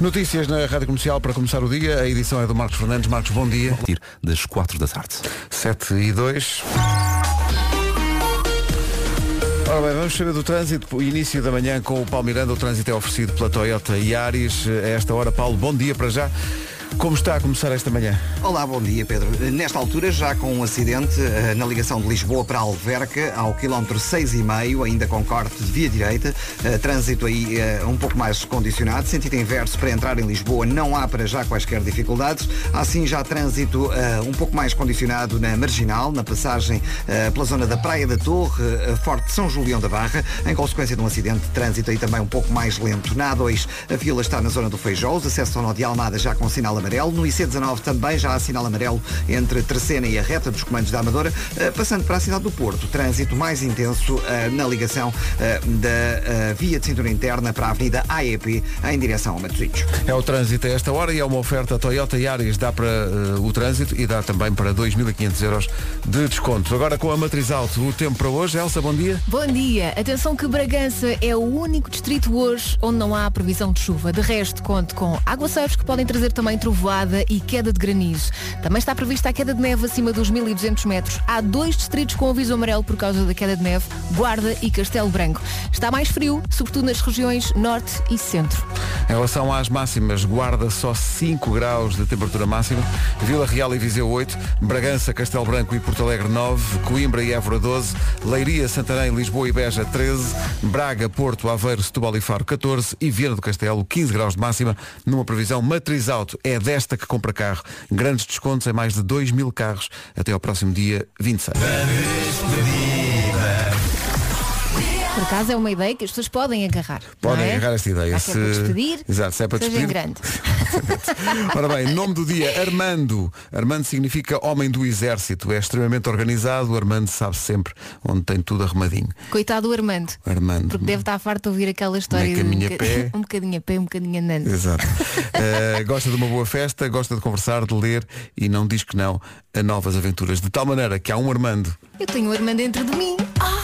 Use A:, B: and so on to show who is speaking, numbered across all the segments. A: Notícias na Rádio Comercial para começar o dia. A edição é do Marcos Fernandes. Marcos, bom dia.
B: partir das 4 da tarde.
A: 7 e 2. Ora bem, vamos saber do trânsito. O início da manhã com o Paulo Miranda. O trânsito é oferecido pela Toyota Yaris. A esta hora, Paulo, bom dia para já. Como está a começar esta manhã?
C: Olá, bom dia Pedro. Nesta altura, já com um acidente eh, na ligação de Lisboa para Alverca, ao quilómetro 6,5, ainda com corte de via direita, eh, trânsito aí eh, um pouco mais condicionado, sentido inverso para entrar em Lisboa não há para já quaisquer dificuldades, assim já trânsito eh, um pouco mais condicionado na Marginal, na passagem eh, pela zona da Praia da Torre, eh, Forte de São Julião da Barra, em consequência de um acidente, trânsito aí também um pouco mais lento. Na A2, a fila está na zona do Feijó, os acessos ao Nó de Almada já com sinal amarelo, no IC19 também já há sinal amarelo entre Terceira e a reta dos comandos da Amadora, eh, passando para a cidade do Porto, trânsito mais intenso eh, na ligação eh, da eh, via de cintura interna para a avenida AEP em direção ao Matosinhos.
A: É o trânsito a esta hora e é uma oferta Toyota Yaris. Dá para eh, o trânsito e dá também para 2.500 euros de desconto. Agora com a Matriz Alto, o tempo para hoje. Elsa, bom dia.
D: Bom dia. Atenção que Bragança é o único distrito hoje onde não há previsão de chuva. De resto, conto com aguaceiros que podem trazer também trovoada e queda de granizo. Também está prevista a queda de neve acima dos 1.200 metros. Há dois distritos com aviso amarelo por causa da queda de neve, Guarda e Castelo Branco. Está mais frio, sobretudo nas regiões norte e centro.
A: Em relação às máximas, Guarda só 5 graus de temperatura máxima, Vila Real e Viseu 8, Bragança, Castelo Branco e Porto Alegre 9, Coimbra e Évora 12, Leiria, Santarém, Lisboa e Beja 13, Braga, Porto, Aveiro, Setúbal e Faro 14 e Vieira do Castelo 15 graus de máxima, numa previsão matriz alto. É desta que compra carro. Grandes descontos em mais de 2 mil carros até ao próximo dia 26.
D: é? Por acaso é uma ideia que as pessoas podem agarrar.
A: Podem
D: não é?
A: agarrar esta ideia.
D: Há que é para despedir,
A: Exato, se é para
D: seja
A: despedir.
D: em grande.
A: Ora bem, nome do dia, Armando. Armando significa homem do exército. É extremamente organizado. O Armando sabe sempre onde tem tudo arrumadinho.
D: Coitado do Armando.
A: Armando.
D: Porque deve estar farto de ouvir aquela história de
A: caminha
D: um, boca-
A: pé.
D: um bocadinho a pé, um bocadinho andando.
A: Exato. Eh, gosta de uma boa festa, gosta de conversar, de ler e não diz que não a novas aventuras. De tal maneira que há um Armando.
D: Eu tenho o Armando dentro de mim. Ah,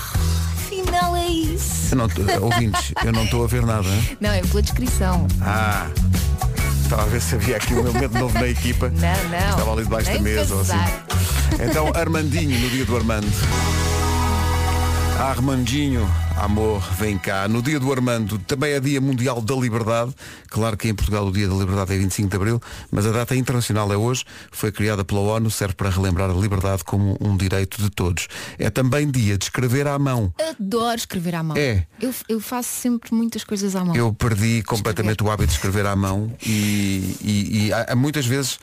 D: afinal é isso.
A: Eu não, eh, ouvintes, eu não estou a ver nada. hein?
D: Não, é pela descrição.
A: Ah! Estava a ver se havia aqui um elemento novo na equipa.
D: Não, não.
A: Estava ali debaixo da
D: Nem
A: mesa ou assim.
D: pensar.
A: Então, Armandinho, no dia do Armando. Armandinho, amor, vem cá. No dia do Armando, também é dia mundial da liberdade. Claro que em Portugal o dia da liberdade é 25 de abril, mas a data internacional é hoje. Foi criada pela ONU, serve para relembrar a liberdade como um direito de todos. É também dia de escrever à mão.
D: Adoro escrever à mão.
A: É.
D: Eu, eu faço sempre muitas coisas à mão.
A: Eu perdi completamente o hábito de escrever à mão e, e- e há- há muitas vezes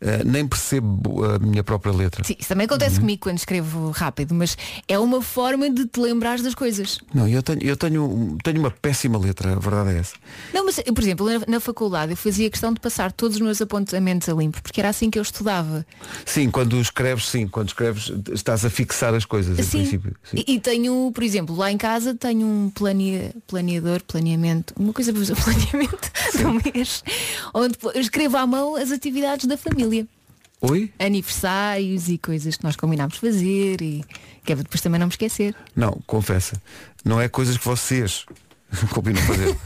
A: eh, nem percebo a minha própria letra.
D: Sim, isso também
A: Uhum.
D: acontece comigo quando escrevo rápido, mas é uma forma de te lembrares das coisas.
A: Não, eu tenho, eu tenho, tenho uma péssima letra, a verdade é essa.
D: Não, mas, por exemplo, na, na faculdade eu fazia questão de passar todos os meus apontamentos a limpo, porque era assim que eu estudava.
A: Sim, quando escreves, sim, quando escreves estás a fixar as coisas em
D: Sim.
A: princípio. Sim.
D: E, e tenho, por exemplo, lá em casa tenho um plane... planeador, planeamento, uma coisa para fazer o planeamento do mês, onde eu escrevo à mão as atividades da família.
A: Oi?
D: Aniversários e coisas que nós combinámos fazer e que é para depois também não me esquecer.
A: Não, confessa. Não é coisas que vocês combinam fazer.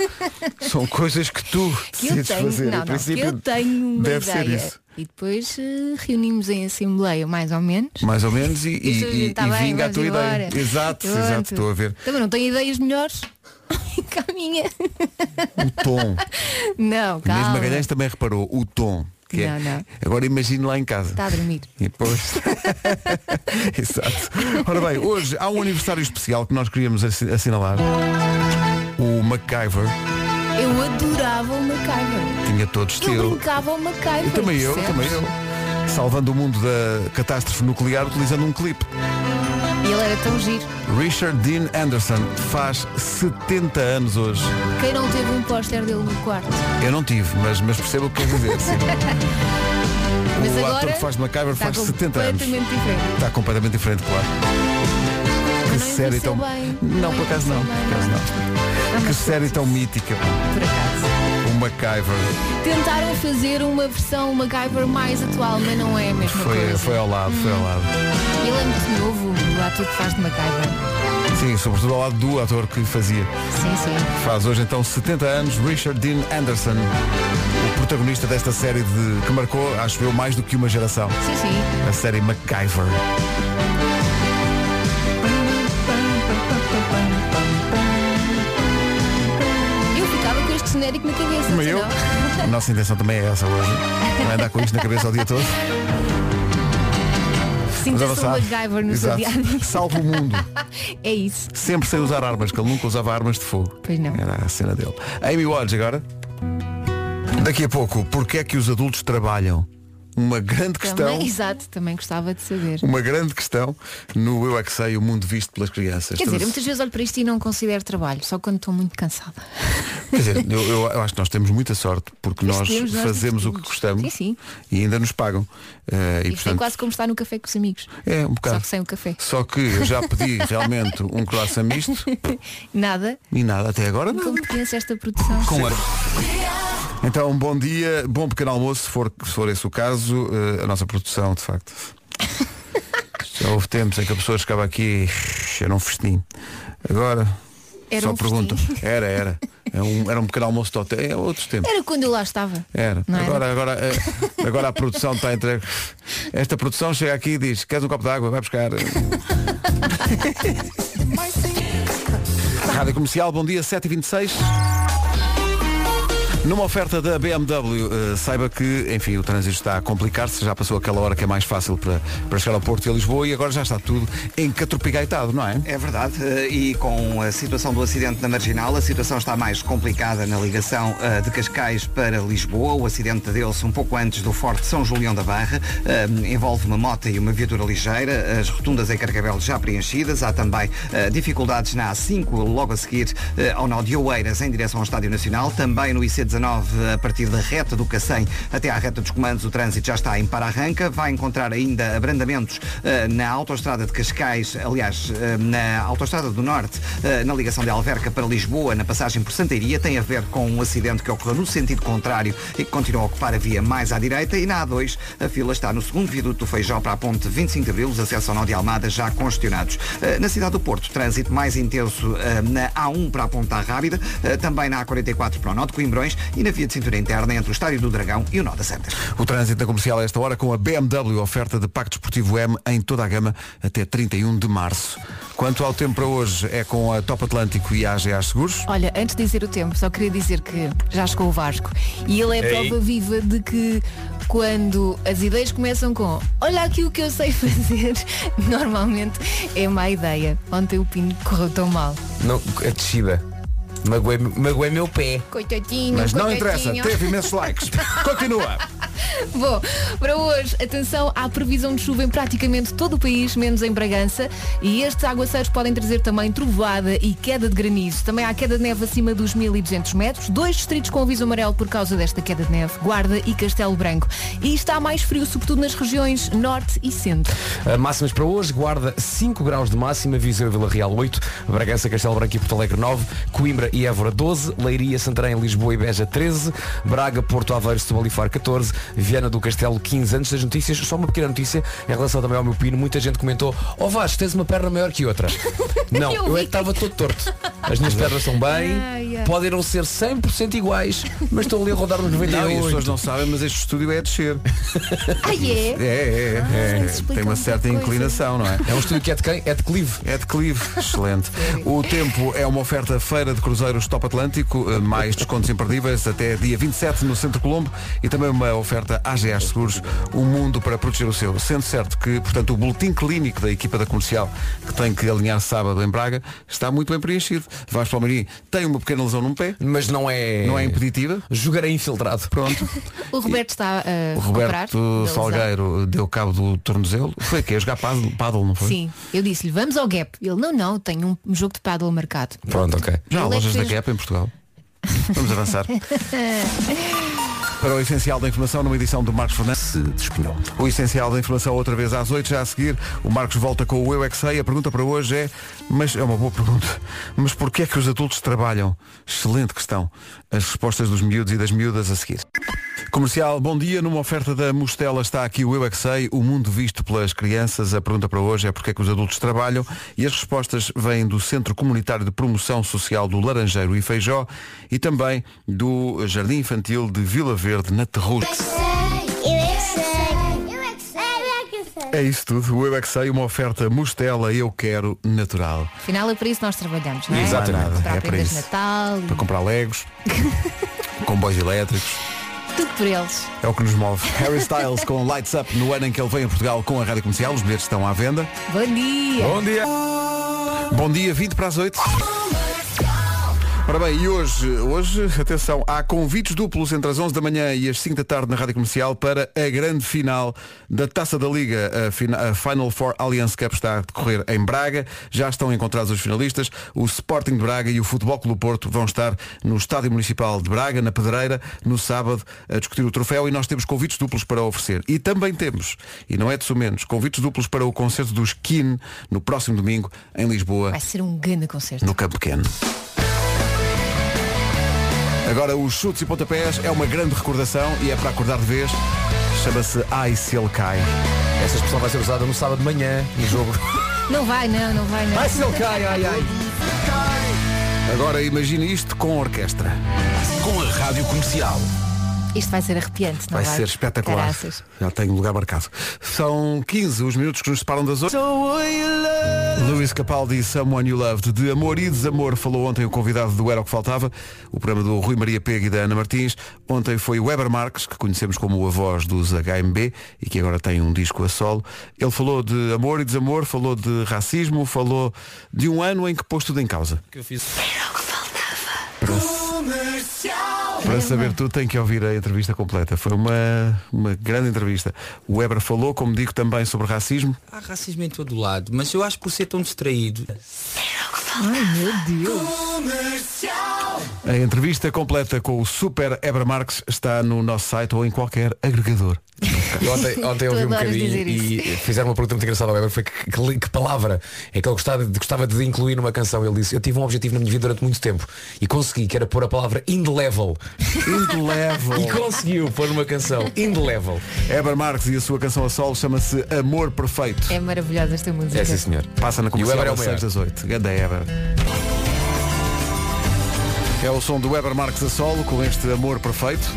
A: São coisas que tu
D: Que eu
A: decides
D: tenho,
A: fazer.
D: não,
A: em
D: não, que
A: princípio,
D: eu tenho uma
A: deve
D: ideia.
A: ser isso.
D: E depois eh, reunimos em assembleia, mais ou menos.
A: Mais ou menos e, e,
D: Isto,
A: e-
D: tá
A: e
D: bem,
A: vinga a
D: vamos
A: tua
D: embora.
A: ideia. Exato,
D: Pronto.
A: exato, estou a ver.
D: Também não tenho ideias melhores que a minha.
A: O tom.
D: Não,
A: Inês
D: calma.
A: Magalhães também reparou o tom. Que é.
D: Não, não.
A: Agora imagino lá em casa.
D: Está a dormir.
A: E pois. Exato. Ora bem, hoje há um aniversário especial que nós queríamos assi- assinalar. O MacGyver
D: Eu adorava o Macaiba.
A: tinha todos
D: Eu,
A: teu.
D: brincava ao Macaiba.
A: Também eu,
D: percebes?
A: também eu. Salvando o mundo da catástrofe nuclear utilizando um clipe.
D: E ele era tão giro.
A: Richard Dean Anderson faz 70 anos hoje.
D: Quem não teve um póster dele no quarto?
A: Eu não tive, mas, mas percebo o que quer dizer. sim.
D: Mas
A: o
D: agora
A: ator que faz MacGyver
D: está
A: faz 70 anos.
D: completamente diferente.
A: Está completamente diferente, claro.
D: Mas
A: Que
D: não
A: série tão.
D: envelheceu bem.
A: Não, por acaso não.
D: envelheceu
A: Por acaso não.
D: bem.
A: Que
D: Mas
A: série tão mítica, pá.
D: por acaso.
A: o MacGyver.
D: Tentaram fazer uma versão MacGyver mais atual, mas não é a mesma
A: Foi,
D: coisa.
A: foi ao lado, foi ao lado.
D: Ele é muito novo, o ator que faz de MacGyver.
A: Sim, sobretudo ao lado do ator que fazia.
D: Sim, sim.
A: Faz hoje então 70 anos Richard Dean Anderson, o protagonista desta série de, que marcou, acho eu, mais do que uma geração.
D: Sim, sim.
A: A série MacGyver.
D: Eu ficava com este genérico na cabeça, é?
A: Mas eu,
D: senão-
A: a nossa intenção também é essa hoje. Não é andar com isto na cabeça o dia todo.
D: Sinta-se um MacGyver no
A: Exato.
D: seu dia a dia.
A: Salva o mundo.
D: É isso.
A: Sempre sem usar armas, que ele nunca usava armas de fogo.
D: Pois não.
A: Era a cena dele. Amy Watts agora. Daqui a pouco, porquê é que os adultos trabalham? Uma grande questão.
D: Também, exato, também gostava de saber.
A: Uma grande questão no Eu é que sei, o mundo visto pelas crianças.
D: Quer dizer, eu
A: Estamos-
D: muitas vezes olho para isto e não considero trabalho, só quando estou muito cansada.
A: Quer dizer, eu, eu- eu acho que nós temos muita sorte porque
D: Nós
A: nós
D: temos, nós
A: fazemos o que
D: temos.
A: gostamos
D: Sim, sim.
A: e ainda nos pagam. Eh, e,
D: Isto é
A: portanto,
D: quase como estar no café com os amigos.
A: é um
D: Só
A: bocado.
D: que sem o café.
A: Só que eu já pedi realmente um croissant misto
D: Nada.
A: e nada até agora não.
D: Competência esta produção.
A: Com a- Então, bom dia, bom pequeno almoço, se for, se for esse o caso, eh, a nossa produção, de facto. Já houve tempos em que a pessoa chegava aqui e era um festim. Agora,
D: Era
A: só
D: um
A: pergunto.
D: festim.
A: Era, era. É um- era um pequeno almoço de hotel. É outros tempos.
D: Era quando eu lá estava.
A: Era.
D: Não
A: Agora, Agora, eh, agora a produção está entregue. Esta produção chega aqui e diz, queres um copo de água? Vai buscar. Rádio Comercial, bom dia, 7h26. Numa oferta da BMW, eh, saiba que, enfim, o trânsito está a complicar-se, já passou aquela hora que é mais fácil para, para chegar ao Porto e a Lisboa e agora já está tudo encatropigaitado, não é?
C: É verdade, eh, e com a situação do acidente na Marginal, a situação está mais complicada na ligação eh, de Cascais para Lisboa. O acidente deu-se um pouco antes do Forte São Julião da Barra. Eh, Envolve uma moto e uma viatura ligeira. As rotundas em Carcavelos já preenchidas. Há também eh, dificuldades na A5, logo a seguir eh, ao nó de Oeiras, em direção ao Estádio Nacional. Também no IC19, a partir da reta do Cacém até à reta dos comandos, o trânsito já está em para-arranca. Vai encontrar ainda abrandamentos eh, na autoestrada de Cascais, aliás, eh, na autoestrada do Norte, eh, na ligação de Alverca para Lisboa, na passagem por Santeiria, tem a ver com um acidente que ocorreu no sentido contrário e que continua a ocupar a via mais à direita. E na A2, a fila está no segundo viaduto do Feijó para a ponte 25 de Abril, os acessos ao Nó de Almada já congestionados. Eh, Na cidade do Porto, trânsito mais intenso eh, na A1 para a ponta Rábida, eh, também na A44 para o Nó de Coimbrões e na via de cintura interna entre o Estádio do Dragão e o Nó da Santas.
A: O trânsito na comercial a esta hora com a BMW oferta de Pacto Esportivo M em toda a gama até 31 de março. Quanto ao tempo para hoje, é com a Top Atlântico e a AGA Seguros.
D: Olha, antes de dizer o tempo, só queria dizer que já chegou o Vasco. E ele é prova viva de que quando as ideias começam com olha aqui o que eu sei fazer, normalmente é má ideia. Ontem o Pino correu tão mal.
B: Não, a descida. Magoei, magoei meu pé.
D: Coitadinho,
A: Mas não interessa,
D: coitadinho.
A: teve imensos likes. Continua.
D: Bom, para hoje, atenção à previsão de chuva em praticamente todo o país, menos em Bragança. E estes aguaceiros podem trazer também trovoada e queda de granizo. Também há queda de neve acima dos 1.200 metros. Dois distritos com aviso amarelo por causa desta queda de neve, Guarda e Castelo Branco. E está mais frio, sobretudo nas regiões norte e centro.
B: Uh, Máximas para hoje, Guarda 5 graus de máxima, Viseu e Vila Real 8, Bragança, Castelo Branco e Porto Alegre 9, Coimbra e Évora 12, Leiria, Santarém, Lisboa e Beja 13, Braga, Porto Aveiro, Setúbal e Faro 14, Viana do Castelo 15. Antes das notícias, só uma pequena notícia em relação também ao meu pino, muita gente comentou, ó Vasco, tens uma perna maior que outra. Não,
D: Eu
B: eu
D: vi.
B: é que estava todo torto. As minhas pernas estão
D: Ai,
B: bem,
D: ai.
B: podem não ser 100% iguais, mas estão ali a rodar nos
A: Não, e as pessoas
B: 98.
A: não sabem, mas este estúdio é a descer.
D: Ah,
A: É, é,
D: é?
A: é.
D: Ah, isso explica
A: Tem uma
D: muita
A: certa
D: coisa.
A: inclinação, não é?
B: É um estúdio que é de quem? É de Clive.
A: É declive, excelente. O tempo é uma oferta feira de cruzeiros Top Atlântico, eh, mais descontos imperdíveis até dia 27 no Centro Colombo e também uma oferta AGS Seguros, o mundo para proteger o seu. Sendo certo que, portanto, o boletim clínico da equipa da comercial, que tem que alinhar sábado em Braga, está muito bem preenchido. Vasco Palmeirim tem uma pequena lesão num pé,
B: Mas não é...
A: não é impeditiva.
B: Jogarei infiltrado.
A: Pronto.
D: O Roberto está eh, a
A: O
D: recuperar da
A: Roberto
D: lesão.
A: Salgueiro deu cabo do tornozelo. Foi que a jogar paddle, paddle, não foi?
D: "Ah, Sim, eu disse-lhe, vamos ao gap. Ele, não, não, tenho um jogo de paddle marcado.
B: Pronto, ok.
A: Já há
D: Ele é que
A: lojas da
D: fez-
A: Gap em Portugal. Vamos avançar. Para o essencial da informação, numa edição do Marcos Fernandes.
B: Se despenhou.
A: O essencial da informação outra vez às 8, já a seguir. O Marcos volta com o Eu é que sei. A pergunta para hoje é, mas é uma boa pergunta, mas porquê é que os adultos trabalham? Excelente questão. As respostas dos miúdos e das miúdas a seguir. Comercial, bom dia. Numa oferta da Mostela está aqui o Eu É Que Sei, o mundo visto pelas crianças. A pergunta para hoje é porque é que os adultos trabalham e as respostas vêm do Centro Comunitário de Promoção Social do Laranjeiro e Feijó e também do Jardim Infantil de Vila Verde, na Terruz. É isso tudo. O Eu É Que Sei, uma oferta Mostela Eu Quero Natural.
D: Afinal, é para isso que nós trabalhamos, não é?
A: Exatamente.
D: Para
A: É para
D: prendas
A: isso.
D: de Natal,
A: Para comprar legos, comboios elétricos.
D: tudo por eles.
A: É o que nos move. Harry Styles com Lights Up no ano em que ele vem a Portugal com a Rádio Comercial. Os bilhetes estão à venda.
D: Bom dia!
B: Bom dia.
A: Bom dia, 20 para as 8. Ora bem, e hoje, hoje, atenção, há convites duplos entre as 11 da manhã e as 5 da tarde na Rádio Comercial para a grande final da Taça da Liga. A, fina- a Final Four Alliance Cup está a decorrer em Braga. Já estão encontrados os finalistas. O Sporting de Braga e o Futebol Clube do Porto vão estar no Estádio Municipal de Braga, na Pedreira, no sábado, a discutir o troféu e nós temos convites duplos para oferecer. E também temos, e não é de menos, convites duplos para o concerto dos Kin no próximo domingo em Lisboa,
D: Vai ser um grande concerto.
A: no Campo Pequeno. Agora os chutes e pontapés é uma grande recordação e é para acordar de vez. Chama-se Ai Se Ele Cai.
B: Essa expressão vai ser usada no sábado de manhã, no jogo.
D: Não vai, não, não vai, não.
B: Ai, se ele cai, ai, ai.
A: Agora imagina isto com orquestra.
E: Com a Rádio Comercial.
D: Isto vai ser arrepiante, não
A: Vai
D: vai?
A: ser espetacular.
D: Caraças.
A: Já tenho lugar marcado. São 15 os minutos que nos separam das 8. Luís Capaldi, Someone You Loved. De amor e desamor falou ontem o convidado do Era o que Faltava, o programa do Rui Maria Pego e da Ana Martins. Ontem foi Weber Marques, que conhecemos como a voz dos HMB e que agora tem um disco a solo. Ele falou de amor e desamor, falou de racismo, falou de um ano em que pôs tudo em causa. Para saber tudo tem que ouvir a entrevista completa. Foi uma, uma grande entrevista. O Weber falou, como digo, também sobre racismo.
E: Há racismo em todo lado, mas eu acho que por ser tão distraído.
A: A entrevista completa com o Super Weber Marques está no nosso site ou em qualquer agregador.
B: Eu ontem ontem
D: Tu
B: ouvi um
D: adoras
B: bocadinho
D: dizer
B: e fizeram uma pergunta muito engraçada ao Weber, foi que, que- que palavra é que ele gostava, de- gostava de incluir numa canção. Ele disse, eu tive um objetivo na minha vida durante muito tempo e consegui, que era pôr a palavra indelével. E
A: Indelével.
B: conseguiu pôr numa canção indelével.
A: Weber Marques e a sua canção a solo chama-se Amor Perfeito.
D: É maravilhosa esta música.
B: É sim senhor.
A: Passa na
B: E o
A: comercial
B: Weber é o
A: às
B: maior.
A: 6 das 8. Ganda Weber. É o som do Weber Marques a solo com este Amor Perfeito.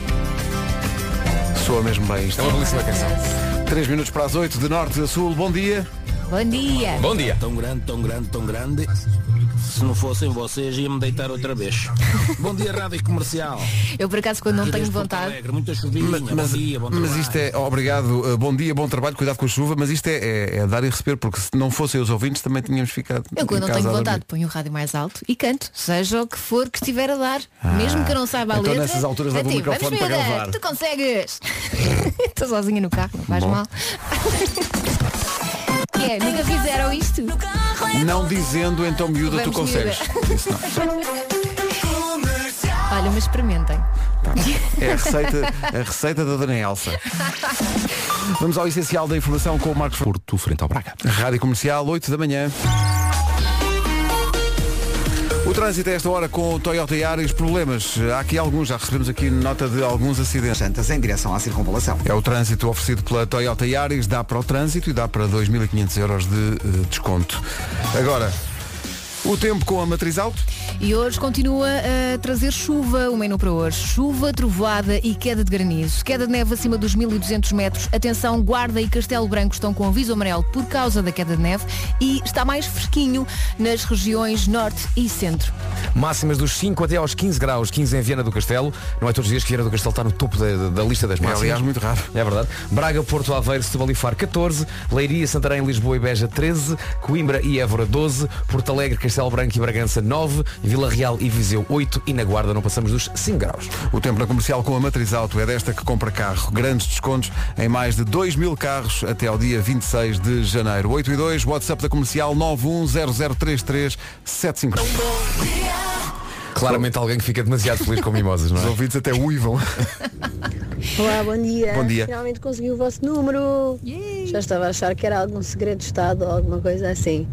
A: Soa mesmo bem isto.
B: É uma belíssima canção.
A: 3 minutos para as 8 de norte a sul. Bom dia.
D: Bom dia!
B: Bom dia.
F: Tão grande, tão grande, tão grande. Se não fossem vocês, ia-me deitar outra vez. Bom dia, Rádio Comercial.
D: Eu por acaso quando não tenho
F: Desde Porto
D: vontade.
F: Alegre, muita chuvinha.
A: Mas,
F: bom dia, bom
A: mas
F: trabalho.
A: isto é, obrigado, uh, bom dia, bom trabalho, cuidado com a chuva, mas isto é, é- é dar e receber, porque se não fossem os ouvintes também tínhamos ficado.
D: Eu quando
A: em
D: não
A: casa
D: tenho
A: a dormir.
D: vontade ponho o rádio mais alto e canto, seja o que for que estiver a dar, mesmo que eu não saiba a
A: então
D: letra.
A: nessas alturas leva o
D: a ti,
A: microfone
D: vamos,
A: para
D: miúda,
A: gravar.
D: Tu consegues! Estou sozinha no carro, não faz mal. Que é, nunca fizeram isto?
A: Não dizendo, então miúda, tu
D: Vamos,
A: consegues. Isso não.
D: Olha, mas experimentem.
A: É a receita, a receita da Dona Elsa. Vamos ao essencial da informação com o Marcos Porto, frente ao Braga. Rádio Comercial, 8 da manhã. O trânsito a esta hora com o Toyota Yaris, problemas. Há aqui alguns, já recebemos aqui nota de alguns acidentes.
C: Santas em direção à circunvalação.
A: É o trânsito oferecido pela Toyota Yaris, dá para o trânsito e dá para 2.500 euros de eh, desconto. Agora, o tempo com a matriz alto.
D: E hoje continua a trazer chuva, o menu para hoje. Chuva, trovoada e queda de granizo. Queda de neve acima dos 1200 metros. Atenção, Guarda e Castelo Branco estão com aviso amarelo por causa da queda de neve e está mais fresquinho nas regiões norte e centro.
B: Máximas dos 5 até aos 15 graus, 15 em Viana do Castelo. Não é todos os dias que Viana do Castelo está no topo da, da- da lista das
A: É,
B: máximas.
A: aliás, muito raro.
B: É verdade. Braga, Porto Aveiro, Setúbal e Faro 14, Leiria, Santarém, Lisboa e Beja 13, Coimbra e Évora 12, Porto Alegre, Castelo Branco e Bragança 9, Vila Real e Viseu 8 e na Guarda não passamos dos 5 graus.
A: O tempo na comercial com a matriz alto é desta que compra carro. Grandes descontos em mais de 2 mil carros até ao dia 26 de janeiro. 8 e 2, WhatsApp da comercial 910033750.
B: Claramente alguém que fica demasiado feliz com mimosas,
A: Os
B: não é?
A: ouvidos até uivam.
G: Olá, bom dia.
A: Bom dia.
G: É, Finalmente consegui o vosso número. Já estava a achar que era algum segredo de Estado ou alguma coisa assim.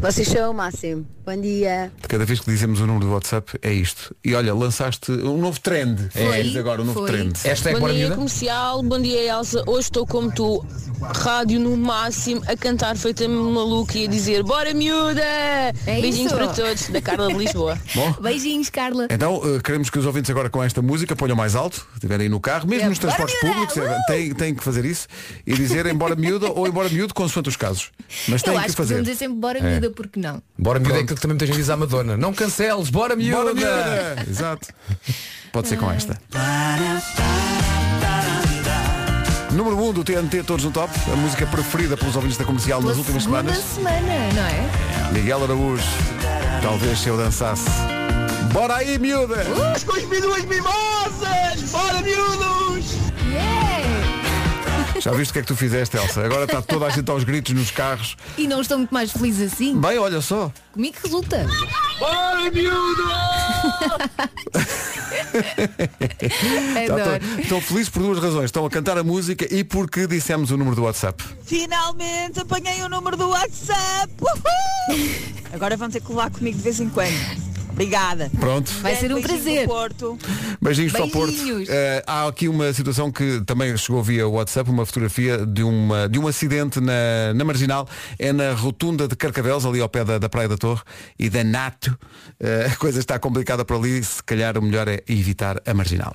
G: Vocês são o máximo. Bom dia.
A: Cada vez que dizemos o número do WhatsApp é isto. E olha, lançaste um novo trend.
D: Foi,
A: Diz agora um novo
D: foi.
A: trend.
B: Esta é
H: Bom
B: para
H: dia
B: miúda?
H: comercial, bom dia Elsa. Hoje estou como tu, rádio no máximo, a cantar feita maluca e a dizer Bora miúda!
G: É
H: Beijinhos
D: isso.
H: para todos, da Carla de Lisboa.
A: Bom,
D: Beijinhos, Carla.
A: então eh, queremos que os ouvintes agora com esta música ponham mais alto, estiverem no carro, mesmo
D: É,
A: nos
D: bora,
A: transportes
D: miúda,
A: públicos,
D: uh!
A: têm, têm que fazer isso e dizer embora miúda ou embora miúdo, consoante os casos. Mas
D: Eu
A: têm
D: acho
A: que
D: que podemos dizer
A: fazer. É.
D: sempre bora miúda, porque não?
B: Bora miúda é aquilo que também muita gente diz à Madonna. Não canceles, bora miúda!
A: Bora miúda! Exato. Pode ser com esta. Número 1 um do TNT, todos no top. A música preferida pelos ouvintes da comercial nas
D: Pela
A: últimas
D: segunda
A: semanas.
D: semana, não é?
A: Miguel Araújo. Talvez se eu dançasse. Bora aí, miúda!
D: Uh! Yeah!
A: Já viste o que é que tu fizeste, Elsa? Agora está toda a gente aos gritos nos carros.
D: E não estou muito mais feliz assim?
A: Bem, olha só.
D: Comigo resulta.
A: Tá- tá-
D: Adoro.
A: Estou feliz por duas razões. Estão a cantar a música e porque dissemos o número do WhatsApp.
I: Finalmente apanhei o número do WhatsApp. Uhul! Agora vão ter que levar comigo de vez em quando. Obrigada.
A: Pronto.
D: Vai ser um
I: Beijinho do
D: prazer.
I: Porto.
A: Beijinhos, para o Porto.
D: Beijinhos.
A: Eh, há aqui uma situação que também chegou via WhatsApp, uma fotografia de, uma, de um acidente na, na Marginal. É na rotunda de Carcavelos, ali ao pé da, da Praia da Torre e da Nato. Eh, a coisa está complicada por ali. Se calhar o melhor é evitar a Marginal.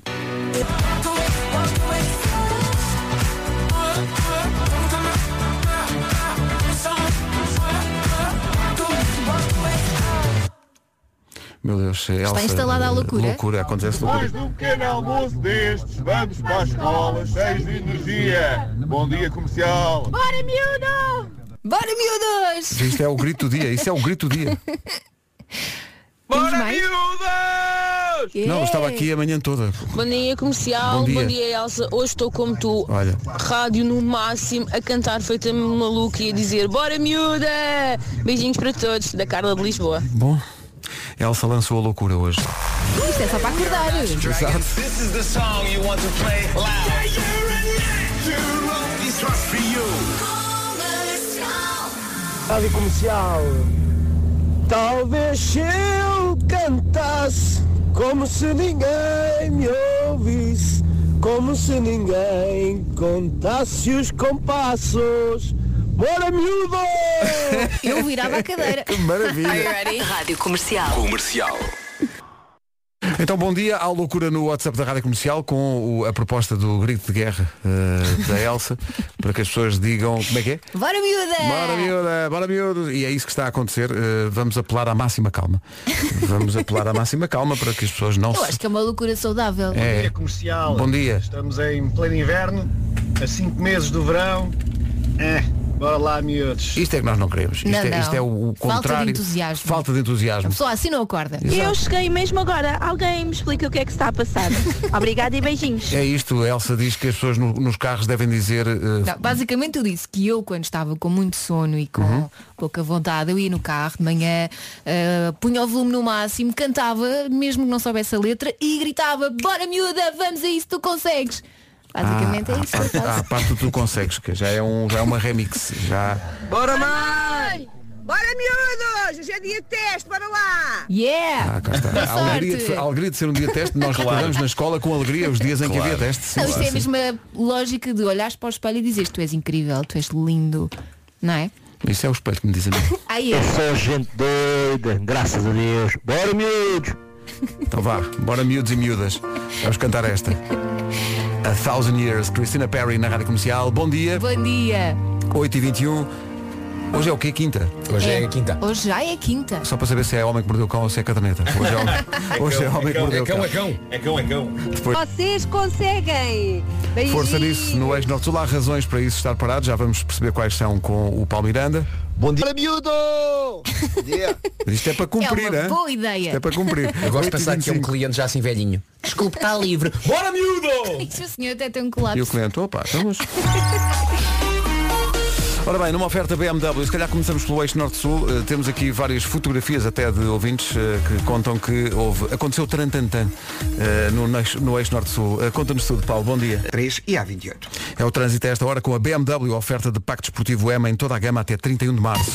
A: Meu Deus, Elsa,
D: instalada a
A: eh,
D: loucura.
A: Loucura, acontece loucura.
J: Um pequeno almoço destes, vamos para a escola, cheios de energia. Bom dia comercial.
I: Bora, miúdo!
D: Bora, miúdos!
A: Isto é o grito do dia, isso é o grito do dia.
D: Temos mais?
J: miúdos!
D: Yeah.
A: Não, eu estava aqui a manhã toda.
H: Bom dia comercial,
A: Bom dia.
H: bom dia, Elsa. Hoje estou como tu,
A: Olha.
H: rádio no máximo, a cantar feita maluca e a dizer Bora miúda! Beijinhos para todos, da Carla de Lisboa.
A: Bom, Elsa lançou a loucura hoje.
D: Isto é só para acordar.
F: Rádio Comercial. Talvez se eu cantasse como se ninguém me ouvisse, como se ninguém contasse os compassos. Bora miúdo!
D: Eu virava a cadeira.
A: Maravilha.
K: Rádio Comercial.
E: Comercial.
A: Então, bom dia. Há loucura no WhatsApp da Rádio Comercial com o- a proposta do grito de guerra eh, da Elsa para que as pessoas digam como é que é?
D: Bora, miúda!
A: Bora miúda, bora miúdo. E é isso que está a acontecer. Eh, vamos apelar à máxima calma. Vamos apelar à máxima calma para que as pessoas não
D: Eu
A: se...
D: acho que é uma loucura saudável.
A: É,
F: comercial.
A: Bom dia.
F: Estamos em pleno inverno, a 5 meses do verão. É, bora lá, miúdos.
A: isto é que nós não queremos. Isto,
D: Não,
A: é,
D: não.
A: isto é o
D: Falta de
A: contrário.
D: entusiasmo.
A: Falta de entusiasmo.
D: Só assim não acorda.
I: Eu cheguei mesmo agora. Alguém me explica o que é que está a passar. Obrigada e beijinhos.
A: É isto, a Elsa diz que as pessoas no- nos carros devem dizer eh,
D: Não, basicamente eu disse que eu quando estava com muito sono e com
A: Uhum.
D: pouca vontade, eu ia no carro de manhã, ah, punha o volume no máximo, cantava, mesmo que não soubesse a letra, e gritava, bora miúda, vamos a isso, tu consegues. Basicamente é isso que eu
A: Ah,
D: faço.
A: a parte que tu consegues, que já é, um, já é uma remix. Já...
I: Bora, mãe! Bora, miúdos! Hoje é dia de teste, bora lá!
D: Yeah!
A: Ah, cá está.
D: Boa
A: A alegria,
D: sorte.
A: de, a alegria de ser um dia de teste, nós recordamos na escola com alegria os dias em que havia teste. sim,
D: Não, isto é
A: sim.
D: a mesma lógica de olhares para o espelho e dizeres tu és incrível, tu és lindo, não é?
A: Isso é o espelho que me dizem.
D: Aí é.
F: Sou gente doida, graças a Deus. Bora miúdos!
A: Então vá, bora miúdos e miúdas. Vamos cantar esta. A Thousand Years, Christina Perry na Rádio Comercial. Bom dia,
D: Bom dia!
A: 8h21. Hoje é o quê? Quinta?
B: Hoje é, a
A: Tá.
B: quinta.
D: Hoje já é quinta.
A: Só para saber se é homem que mordeu o cão ou se é caderneta. Hoje é homem, hoje é homem que mordeu o cão.
B: cão.
J: É cão, é cão.
I: Vocês conseguem!
A: Força nisso, no ex-norte Sul há razões para isso estar parado. Já vamos perceber quais são com o Paulo Miranda.
F: Bom dia, miúdo! Bom dia.
A: Mas Isto é para cumprir,
D: é uma
A: hein?
D: boa
A: Isto
D: ideia.
A: é para cumprir.
B: Eu gosto de pensar que é um
A: 8h25.
B: cliente já assim velhinho. Desculpe, está livre. Bora miúdo!
D: Isso o senhor até tem um
A: E o
D: colapso.
A: cliente, opa, então vamos. Ora bem, numa oferta BMW, se calhar começamos pelo Eixo Norte-Sul, Eh, temos aqui várias fotografias até de ouvintes eh, que contam que houve, aconteceu trantantan eh, no, Neix- no Eixo Norte-Sul. Eh, Conta-nos tudo, Paulo, bom dia.
C: 3 e A28.
A: É o trânsito a esta hora com a BMW, oferta um de Pacto Esportivo EMA em toda a gama até 31 de março.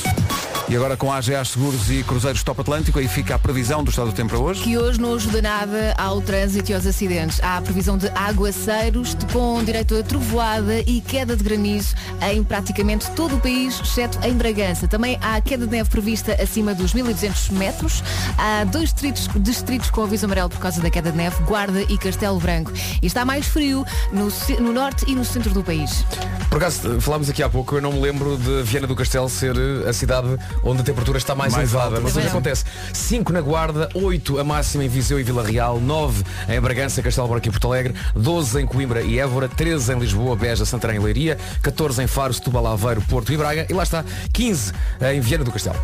A: E agora com a AGA Seguros e Cruzeiros Top Atlântico, aí fica a previsão do estado do tempo para hoje.
D: Que hoje não ajuda nada ao trânsito e aos acidentes. Há a previsão de aguaceiros, de com direito a trovoada e queda de granizo em praticamente todo o país, exceto em Bragança. Também há queda de neve prevista acima dos 1200 metros. Há dois distritos, distritos com aviso amarelo por causa da queda de neve, Guarda e Castelo Branco. E está mais frio no, ce- no norte e no centro do país.
B: Por acaso, falámos aqui há pouco, eu não me lembro de Viana do Castelo ser eh, a cidade onde a temperatura está mais, é.
A: Mais
B: elevada.
A: alta.
B: Mas hoje
A: Também não.
B: acontece 5 na Guarda, 8 a máxima em Viseu e Vila Real, 9 em Bragança, Castelo Branco e Porto Alegre, 12 em Coimbra e Évora, 13 em Lisboa, Beja, Santarém e Leiria, 14 em Faro, Setúbal, Aveiro, Porto e Braga e lá está 15 em Viana do Castelo.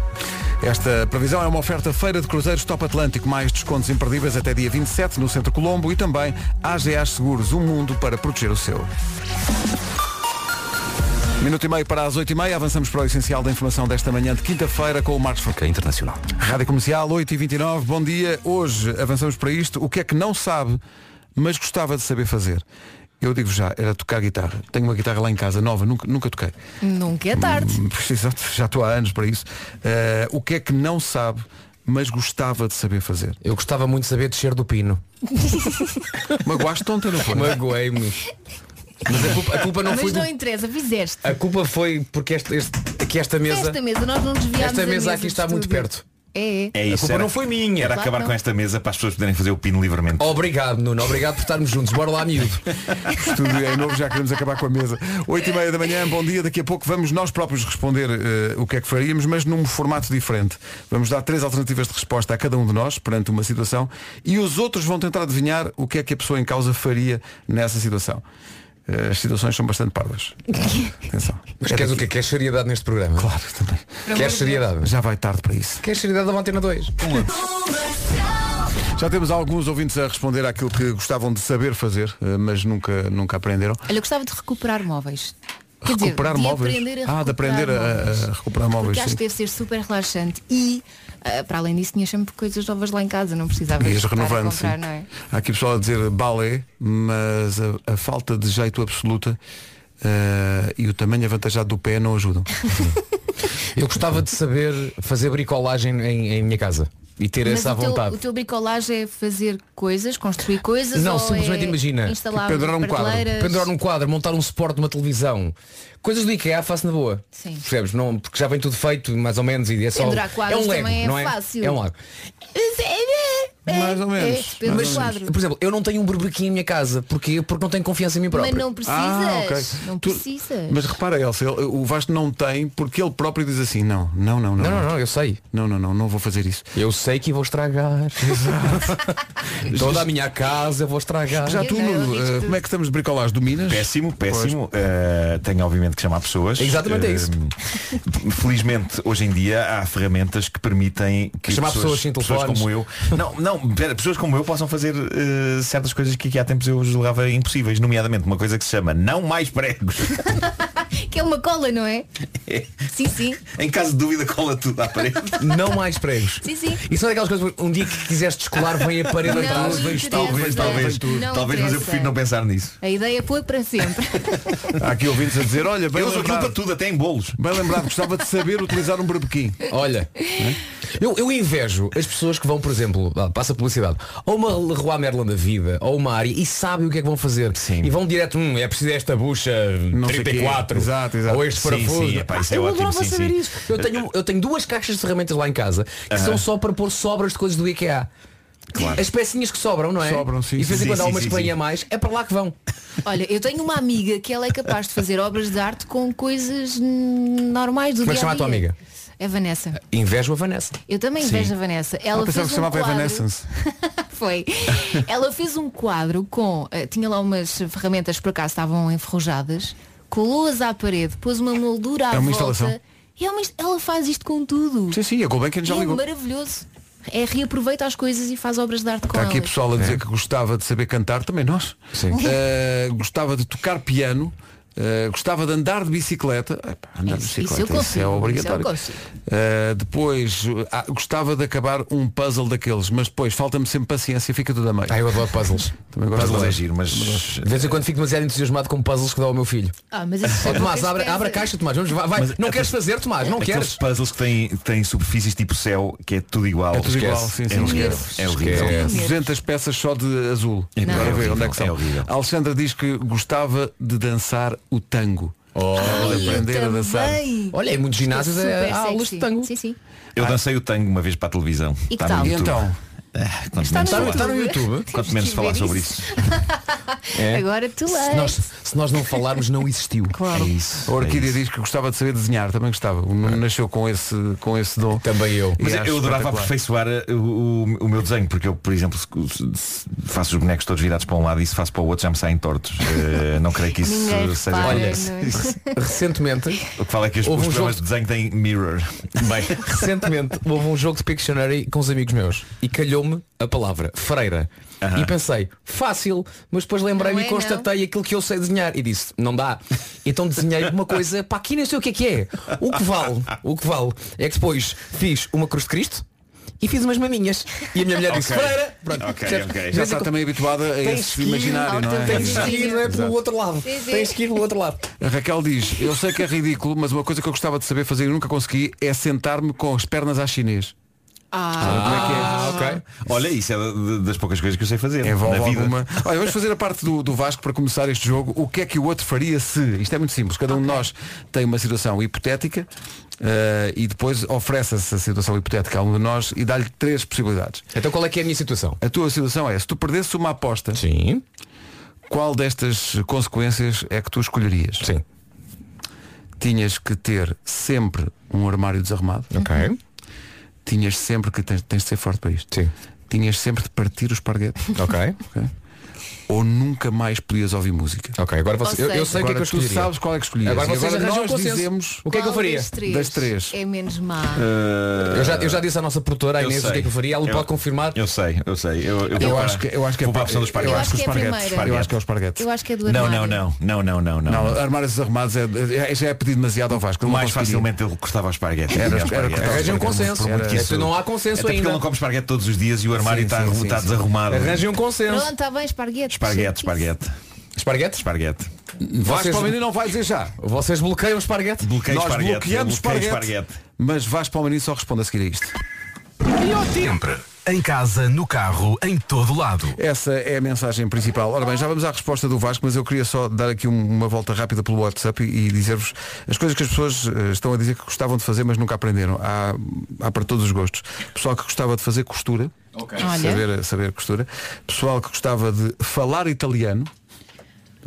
A: Esta previsão é uma oferta feira de cruzeiros Top Atlântico, mais descontos imperdíveis até dia 27 no Centro Colombo e também AGA Seguros, um mundo para proteger o seu. Minuto e meio para as 8 e meia, avançamos para o essencial da informação desta manhã de quinta-feira com o Marcos Fonseca
B: é
A: Internacional. Rádio Comercial, 8 e 29 bom dia. Hoje avançamos para isto. O que é que não sabe, mas gostava de saber fazer? Eu digo já, era tocar guitarra. Tenho uma guitarra lá em casa, nova, nunca, nunca toquei.
D: Nunca é tarde.
A: Hum, exato, já estou há anos para isso. Eh, o que é que não sabe, mas gostava de saber fazer?
B: Eu gostava muito de saber descer do pino.
A: Magoaste tonta, não foi?
B: Magoei-me. Mas a culpa, a culpa não
D: Mas
B: foi do
D: não interessa, fizeste.
B: A culpa foi porque este, este- que esta mesa,
D: Esta mesa, nós não desviámos
B: esta
D: a
B: mesa aqui
D: de
B: está muito
D: estúdio.
B: perto.
D: É, é.
K: É
B: A
K: isso.
B: culpa
K: era-
B: não foi minha. Oh.
K: Era
D: Claro
K: acabar
D: que
K: com
D: não.
K: esta mesa para as pessoas poderem fazer o pino livremente.
B: Obrigado, Nuno. Obrigado por estarmos juntos. Bora lá, miúdo.
A: Estúdio é novo, já queremos acabar com a mesa. 8 e meia da manhã, bom dia. Daqui a pouco vamos nós próprios responder eh, o que é que faríamos, mas num formato diferente. Vamos dar três alternativas de resposta a cada um de nós perante uma situação e os outros vão tentar adivinhar o que é que a pessoa em causa faria nessa situação. Eh, As situações são bastante parvas. Atenção. É,
B: Mas queres o quê? Queres seriedade neste programa?
A: Claro, também.
B: Queres seriedade?
A: Já vai tarde para isso.
B: Queres seriedade da Antena 2?
A: Já temos alguns ouvintes a responder àquilo que gostavam de saber fazer, eh, mas nunca, nunca aprenderam.
D: Olha, eu gostava de recuperar móveis. Quer dizer,
A: recuperar
D: de
A: móveis.
D: Aprender a
A: ah,
D: recuperar
A: de aprender a,
D: móveis.
A: a- a recuperar móveis.
D: Porque acho
A: sim.
D: que deve ser super relaxante e, ah, para além disso, tinha sempre coisas novas lá em casa, não precisava
A: E as
D: estar a
A: renovando.
D: comprar,
A: sim.
D: não é?
A: Há aqui pessoal a dizer balé, mas a, a falta de jeito absoluta eh, e o tamanho avantajado do pé não ajudam.
B: Eu gostava de saber fazer bricolagem em, em minha casa e ter
D: Mas
B: essa à
D: o teu,
B: vontade.
D: o teu bricolagem é fazer coisas, construir coisas
B: Não,
D: ou
B: simplesmente
D: é
A: tipo,
B: imagina.
D: instalar
B: Pendurar um quadro.
D: prateleiras?
B: Pendurar um quadro, montar um suporte de uma televisão. Coisas do IKEA faço na boa.
D: Sim.
B: Percebes? Não, porque já vem tudo feito, mais ou menos, e é só.
D: Pendurar quadros
B: é um lego,
D: também é
B: não é?
D: fácil.
B: É um lego.
A: Mais ou menos.
D: É, pendurar
A: Mais ou
D: quadro.
B: Por exemplo, eu não tenho um berbequim em minha casa. Porquê? Porque não tenho confiança em mim próprio.
D: Mas não precisas.
A: Ah, ok.
D: Não
A: Tu-
D: precisas.
A: Mas repara, Elsa, ele- o Vasco não tem porque ele próprio diz assim, não, não, não, não.
B: Não,
A: Não,
B: não, não, eu sei.
A: não, não, não, não vou fazer isso.
B: Eu sei que vou estragar. Toda a minha casa eu vou estragar.
A: Já
D: Eu
A: tu,
D: não, eu
A: Nuno,
D: arrisco
A: eh,
D: tudo.
A: como é que estamos de bricolagem? Dominas?
K: Péssimo, péssimo. Eh, tenho obviamente que chamar pessoas.
B: Exatamente, é
K: Eh,
B: isso.
K: Felizmente, hoje em dia há ferramentas que permitem que
B: Chamar pessoas sem
K: pessoas
B: telefones.
K: como eu. Não, não, pera, pessoas como eu possam fazer eh, certas coisas que aqui há tempos eu julgava impossíveis, nomeadamente uma coisa que se chama não mais pregos.
D: Que é uma cola, não é? Sim, sim.
K: em caso de dúvida cola tudo à parede.
B: Não mais pregos.
D: Sim, sim.
B: Isso é daquelas coisas que um dia que quiseres descolar vem a parede
D: Não
B: atrás.
D: interessa.
K: talvez, talvez, talvez,
D: Não
K: mas eu
D: interessa.
K: prefiro não pensar nisso.
D: A ideia é pôr para sempre.
A: Há aqui ouvintes a dizer, olha, bem
K: Eu uso aquilo para
A: lembrado,
K: tudo, até em bolos.
A: bem lembrado, gostava de saber utilizar um berbequim.
B: Olha, é? eu, eu invejo as pessoas que vão, por exemplo, ah, passa a publicidade, ou uma Leroy Merlin da vida, ou uma área, e sabem o que é que vão fazer.
K: Sim.
B: E vão direto, hum, é preciso esta bucha
A: sei quê.
B: 34,
A: Exato, exato.
B: ou este
K: Sim,
B: parafuso.
K: sim, epá, isso é
B: eu
K: ótimo,
B: adorava
K: sim,
B: saber
K: sim.
B: isso. Eu tenho, eu tenho duas caixas de ferramentas lá em casa que são só para pôr sobras de coisas do IKEA.
K: Claro.
B: As pecinhas que sobram, não é?
A: Sobram, sim,
B: E de vez em
K: sim,
B: quando há
K: sim,
B: uma
K: sim,
B: espanha a
K: sim.
B: mais, é para lá que vão.
D: Olha, eu tenho uma amiga que ela é capaz de fazer obras de arte com coisas hum, normais do
B: Como é
D: dia
B: que chama a tua
D: dia.
B: amiga?
D: É Vanessa.
B: Invejo a Vanessa.
D: Eu também vejo a Vanessa. Ela
A: Eu pensava
D: fez
A: que
D: um
A: chamava
D: quadro...
A: Evanescence.
D: Foi. Ela fez um quadro com. eh, tinha lá umas ferramentas que por acaso estavam enferrujadas, colou-as à parede, pôs uma moldura à
A: É uma
D: volta.
A: instalação.
D: E é uma inst- ela faz isto com tudo.
A: Sim, sim, a Gulbenkian já
D: E é
A: ligou.
D: maravilhoso. É reaproveita as coisas e faz obras de arte
B: Tá
D: com
A: Está Tá aqui
D: elas.
K: É.
A: pessoal a dizer que gostava de saber cantar, também nós.
B: Sim.
A: Eh, gostava de tocar piano, Uh, gostava de andar de bicicleta. Epá, andar de
D: Isso- isso
A: bicicleta,
D: eu
A: isso,
D: consigo,
A: é
D: isso eu
A: obrigatório.
D: consigo.
A: Uh, depois, uh, ah, gostava de acabar um puzzle daqueles, mas depois falta-me sempre paciência, fica tudo a meio. Ah,
B: eu adoro puzzles.
A: Também gosto
B: Puzzles
A: de
B: é
A: puzzles.
B: giro, mas de vez em quando fico demasiado entusiasmado com puzzles que dá ao meu filho.
D: Ah, mas isso
B: Ó,
D: é
B: Tomás,
D: pouca
B: abre,
D: despesa.
B: abre a caixa, Tomás, vamos, vai, vai.
K: Mas
B: não
K: aqueles-
B: queres fazer, Tomás, não
K: Aqueles
B: queres.
K: puzzles que têm, têm superfícies tipo céu, que é tudo
A: É
K: igual.
A: tudo
K: Esquece.
A: igual, sim, sim.
K: É horrível.
A: Esquece.
K: É horrível.
A: Esquece. 200 peças só de azul.
K: É
A: Para
K: horrível,
A: ver onde é que são.
K: é horrível.
A: A Alexandra diz que gostava de dançar o tango. de aprender a dançar.
B: Olha, em muitos ginásios é, há aulas de tango.
D: Sim, sim.
K: Eu dancei o tango uma vez para a televisão.
D: E que
K: Está
D: tal?
K: no
D: E
K: YouTube.
D: então?
K: Ah, quanto
D: Está
K: menos
D: no
K: falar-
D: YouTube. Está no YouTube.
K: Quanto menos
D: que
K: falar
D: ver
K: sobre
D: isso.
K: isso.
D: Agora tu
B: Se nós,
D: és.
B: se nós não falarmos, não existiu. É Claro.
K: É
A: A Orquídea diz que gostava de saber desenhar, também gostava. O Nuno nasceu com esse, com esse dom.
B: Também eu.
K: Mas eu adorava aperfeiçoar uh, o, o meu desenho, porque eu, por exemplo, se- se- faço os bonecos todos virados para um lado e se faço para o outro já me saem tortos. Uh, não creio que isso
D: Ninguém
K: seja.
D: repara,
K: Olha,
D: não é?
K: isso-
B: Recentemente,
K: o que fala é que os, os
B: Houve um
K: programas de desenho têm mirror. Bem,
B: recentemente, houve um jogo de Pictionary com os amigos meus e calhou-me a palavra freira. E pensei, fácil, mas depois lembrei-me
D: Não é,
B: e constatei aquilo que eu sei desenhar. E disse, não dá. Então desenhei uma coisa, para aqui nem sei o que é que é. O que vale, o que vale é que depois fiz uma cruz de Cristo e fiz umas maminhas. E a minha mulher disse,
A: Ok.
B: freira, pronto,
A: Ok,
B: percebes?
A: ok. Já
B: De vez em
K: é
A: está
B: quando-
A: também habituada a
B: Tens
A: esse
B: que ir,
A: imaginário, não é?
B: Tens que ir, não é pelo
A: Exato.
B: outro lado.
D: Sim, sim.
B: Tens que ir pelo outro lado.
A: A Raquel diz, eu sei que é ridículo, mas uma coisa que eu gostava de saber fazer e nunca consegui é sentar-me com as pernas à chinês. é
K: Ah, ok. Olha, isso é da- da- das poucas coisas que eu sei fazer.
A: Envolve
K: na vida.
A: É alguma. Olha, vamos fazer a parte do, do Vasco para começar este jogo. O que é que o outro faria se? Isto é muito simples. Cada um de nós tem uma situação hipotética eh, e depois oferece-se a situação hipotética a um de nós e dá-lhe três possibilidades.
B: Então qual é que é a minha situação?
A: A tua situação é, se tu perdesses uma aposta,
B: Sim.
A: qual destas consequências é que tu escolherias?
B: Sim.
A: Tinhas que ter sempre um armário desarrumado.
B: Ok.
A: Tinhas sempre que tens, tens de ser forte para isto.
B: Sim.
A: Tinhas sempre de partir os esparguete.
B: Ok.
A: Ok? Ou nunca mais podias ouvir música.
B: Ok, agora você,
D: Ou
B: eu, eu
D: seja-
B: sei o que é que eu
A: Agora tu
B: escolheria.
A: sabes qual é que escolhias.
B: Agora
A: E
B: vocês
A: agora
B: arranjam
A: nós
B: consenso.
A: dizemos
B: O que é que eu
D: Qual
B: faria?
D: das três
A: Das três.
D: É menos má.
K: Uh,
B: Eu já, eu já disse à nossa produtora, a
K: Eu
B: Inês, o
K: sei.
B: que é que eu faria. Ela
K: Eu-
B: pode confirmar.
K: Eu sei, eu sei. Eu, eu,
A: Eu
K: vou
A: acho
K: para-
A: que, eu acho que é
K: vou para a
A: pa-
K: opção dos
D: Eu
K: esparguetes.
D: acho que é a
K: Esparguetes,
D: primeira.
K: esparguetes.
A: Eu acho que é o esparguete.
D: Eu acho que é do
K: Não,
D: armário.
K: não, não, não, não, não, não.
A: Não, armários desarrumados é, é- já é pedir demasiado ao Vasco. ele não
K: Mais
A: conseguiria.
K: facilmente ele cortava esparguete.
A: Era- era- era-
B: Arranjem um
A: Por
B: consenso.
A: muito que
B: É,
A: isso-
B: Não há consenso
K: Até porque ele
B: ainda.
K: não come esparguete todos os dias e o armário
A: Sim,
K: está
A: sim, sim,
K: está
A: sim.
K: desarrumado.
B: Arranjem um
D: Pronto,
B: consenso.
D: está bem, esparguete.
K: Esparguete, esparguete,
B: Esparguetes?
K: esparguete.
A: Vasco
B: Vocês-
A: Palmini não vai dizer já.
B: Vocês bloqueiam o esparguete?
K: Bloqueio
A: Nós
K: esparguete.
A: bloqueamos
K: eu bloqueio
A: esparguete, Mas Vasco Palmini só responde a seguir a isto.
C: Sempre. Em casa, no carro, em todo lado.
A: Essa é a mensagem principal. Ora bem, já vamos à resposta do Vasco, mas eu queria só dar aqui um- uma volta rápida pelo WhatsApp e, e dizer-vos as coisas que as pessoas eh, estão a dizer que gostavam de fazer, mas nunca aprenderam. Há, há para todos os gostos. Pessoal que gostava de fazer costura,
D: Olha.
A: saber, saber costura. Pessoal que gostava de falar italiano.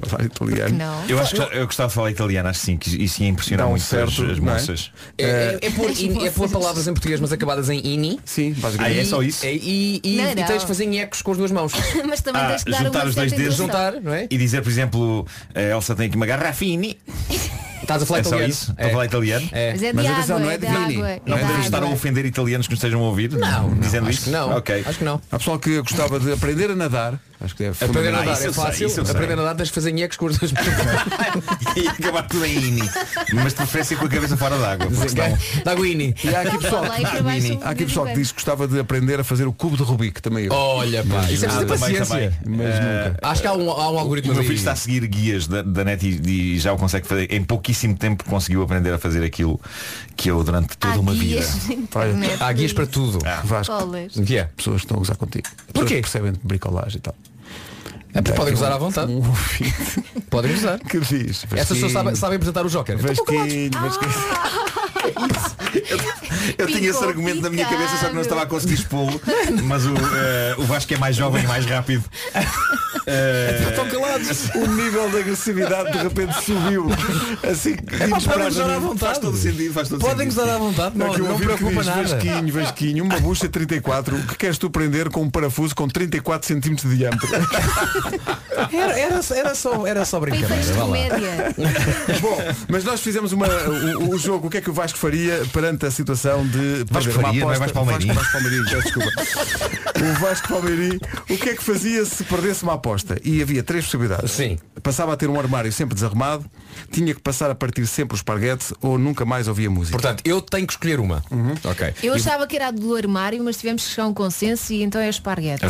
A: Falar italiano.
D: Não.
K: Eu acho que eu gostava de falar italiano, acho sim, que isso ia impressionar
A: Dá um
K: muito
A: certo,
K: as, as
A: não é?
K: moças.
B: É, é, é por, in- é por palavras em português, mas acabadas em ini.
A: Sim,
K: Ah,
A: basicamente.
K: é só isso?
B: E, e, e,
D: Não,
B: e
D: não.
B: tens de fazer nhecos com as duas mãos.
D: Mas também
K: Ah,
D: tens que dar
K: juntar
D: uma
K: os dois
D: certa
K: dedos
D: introdução.
B: Juntar, não é?
K: e dizer, por exemplo, a Elsa tem aqui uma garrafini.
B: Estás a falar
K: É só
B: italiano.
K: isso? Para
B: É.
K: falar italiano?
B: É.
D: Mas é de
A: Mas
D: água,
A: atenção, não é
D: é de
A: de
D: água.
A: vinho.
D: é
K: Não
D: de
K: podemos estar a
D: água.
K: ofender italianos que nos estejam a ouvir
B: Não, não,
K: dizendo
B: acho
K: isso.
B: que não.
K: Ok.
B: Acho que não.
A: Há pessoal que gostava de aprender a nadar. Acho que é
B: Aprender a
A: fundamental.
B: nadar
K: isso
B: é
K: eu sei,
B: fácil.
K: isso eu sei.
B: Aprender a nadar tens de fazer nhecos com as duas mãos.
K: e acabar tudo em ini. Mas de preferência com a cabeça fora d'água. porque senão-
B: Dá com ini.
A: E há aqui pessoal,
D: Lá e para baixo,
A: há aqui
D: um
A: pessoal que diz que gostava de aprender a fazer o cubo de Rubik, também eu.
B: Olha, pá. Isso é
K: Ah,
B: preciso
K: também,
B: paciência.
K: também.
A: Mas
K: Eh,
A: nunca.
B: Acho que há um, há um
K: O
B: algoritmo
K: meu
B: aí.
K: filho está a seguir guias da, da net e, e já o consegue fazer. Em pouquíssimo tempo conseguiu aprender a fazer aquilo que eu durante toda
D: Há
K: uma
D: guias
K: vida.
D: na internet.
B: Há guias para tudo.
A: Vasco,
D: Colas.
B: O que é?
A: pessoas que estão a usar contigo. Pessoas
B: Porquê?
A: que percebem de bricolagem e tal.
B: É, podem usar à vontade.
A: Um ouvinte
B: Podem usar.
A: que diz.
B: Essas pessoas sabem,
A: "Vasquinho,
B: sabem apresentar o Joker. Então, estão
D: é
B: calados.
A: Vasquinho, Vasquinho."
K: Eu tinha esse
D: Ficou
K: argumento na minha cabeça, só que não
D: picável.
K: estava a conseguir expô-lo. Mas o, eh, o Vasco é mais jovem e mais rápido.
B: Estão calados.
D: Ah.
A: O nível de agressividade de repente subiu. Assim,
B: É, podem usar à
A: inesperadamente.
B: vontade.
K: Faz todo sentido, faz todo
B: Podem
K: sentido.
B: usar à vontade. Não,
A: Aqui um
B: não
A: ouvinte que
B: preocupa
A: diz,
B: nada.
A: Vasquinho, Vasquinho, uma bucha 34, o que queres tu prender com um parafuso com 34 cm de diâmetro?
B: Era, era, era só, era só
D: Para efeitos
B: brincadeira.
D: de
B: vá lá.
D: comédia.
A: Bom, mas nós fizemos uma, o, o jogo, o que é que o Vasco faria perante a situação de
K: Vasco
A: perder uma
K: faria, não é Vasco Palmeirim?
A: Vasco, Vasco Palmeirim, peço desculpa. o Vasco Palmeirim, o que é que fazia se perdesse uma resposta e havia três possibilidades. Sim. Passava a ter um armário sempre desarrumado, tinha que passar a partir sempre o esparguete ou nunca mais ouvia música.
B: Portanto, eu tenho que escolher uma.
K: Uhum.
A: Ok.
D: Eu achava que era a do armário, mas tivemos que chegar a um consenso e então é esparguete.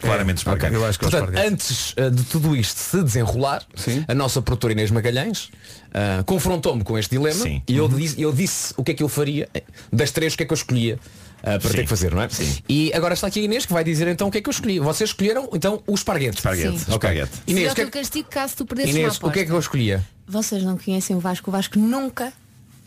K: claramente esparguete.
A: Eu acho que é o
B: Portanto,
A: esparguete.
B: antes eh, de tudo isto se desenrolar, a nossa produtora Inês Magalhães ah, confrontou-me com este dilema e eu, disse, eu disse o que é que eu faria, eh, das três o que é que eu escolhia ah, para ter que fazer, não é? E agora está aqui a Inês que vai dizer então o que é que eu escolhi. Vocês escolheram então o esparguete.
D: Esparguete, Sim.
B: Ok.
K: esparguete.
B: Inês,
D: Seria
B: o
D: o
B: que é
D: teu
B: que,
D: castigo caso tu perdesses uma
B: Inês
D: aposta.
B: o que é que eu escolhia?
L: Vocês não conhecem o Vasco. O Vasco nunca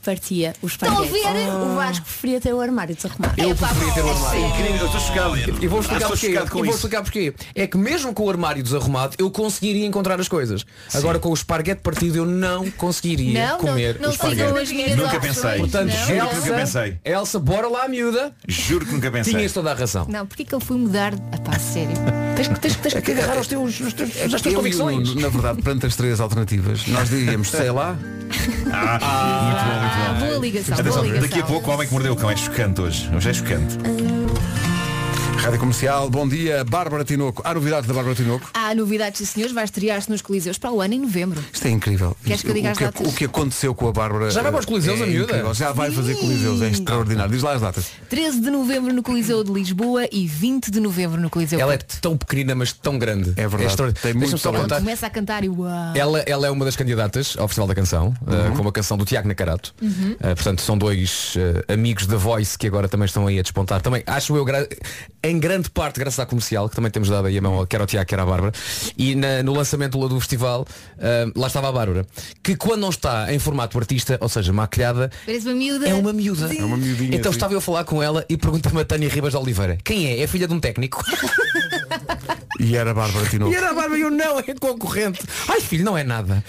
L: partia os
D: Estão a
L: esparguete.
D: ver?
L: O Vasco preferia ter o armário desarrumado.
B: Ah. Eu preferia ter o armário.
K: eu estou chocado.
B: E vou
K: Ah,
B: explicar
K: estou
B: porquê.
K: chocado com
B: E vou
K: isso.
B: explicar porquê. É que mesmo com o armário desarrumado, eu conseguiria encontrar as coisas. Agora com o esparguete partido eu não conseguiria
D: Não, não,
B: comer
D: não
B: o
D: sigam as minhas
B: esparguete.
D: Nunca opções, pensei.
B: Portanto,
D: não.
K: Juro que
B: Elsa,
K: nunca pensei.
B: Elsa, bora lá, miúda.
K: Juro que nunca pensei.
B: Tinhas toda a razão. É
D: Não, porque é que eu fui mudar? Ah, pá, sério. Tens, tens, tens
B: que agarrar aos teus, aos teus, às tuas
A: Eu,
B: convicções.
A: Na verdade, perante as três alternativas, nós diríamos, sei lá.
K: Ah,
D: Ah,
B: é?
D: boa ligação,
K: Atenção,
D: boa ligação.
K: daqui a pouco o homem que mordeu o cão é chocante hoje. Hoje é chocante.
A: Rádio Comercial, bom dia, Bárbara Tinoco. Há novidades da Bárbara Tinoco?
D: Há novidades, sim, senhores. Vai estrear-se nos Coliseus para o ano em novembro.
A: Isto é incrível.
D: Queres que eu diga
A: o,
D: as
A: que, é-
D: datas?
A: o que aconteceu com a Bárbara?
B: Já vai para os Coliseus,
A: é
B: a miúda?
A: incrível. Já vai fazer Coliseus, é extraordinário. Diz lá as datas.
D: 13 de novembro no Coliseu de Lisboa e 20 de novembro no Coliseu
B: Ela é
D: Porto.
B: tão pequenina, mas tão grande. É
A: verdade.
B: extraordinário.
A: Tem muito
B: Deixa-me só
D: Quando
B: contar.
D: começa a cantar e uau.
B: Ela, ela é uma das candidatas ao Festival da Canção, uh, com uma canção do Tiago Nacarato.
D: Uhum.
B: Uh, portanto, são dois uh, amigos da Voice que agora também estão aí a despontar. Também, acho eu, gra- em grande parte graças à comercial, que também temos dado aí a mão, quer ao Tiago, quer à Bárbara. E na- no lançamento lá do festival, uh, lá estava a Bárbara, que quando não está em formato artista, ou seja, maquilhada,
D: Parece uma miúda.
B: é uma miúda.
D: Sim.
B: Então estava eu a falar com ela e pergunta-me a Tânia Ribas de Oliveira, quem é? É filha de um técnico?
A: E era a Bárbara Tinoco.
B: E era a Bárbara e eu não, é concorrente. Ai filho, não é nada.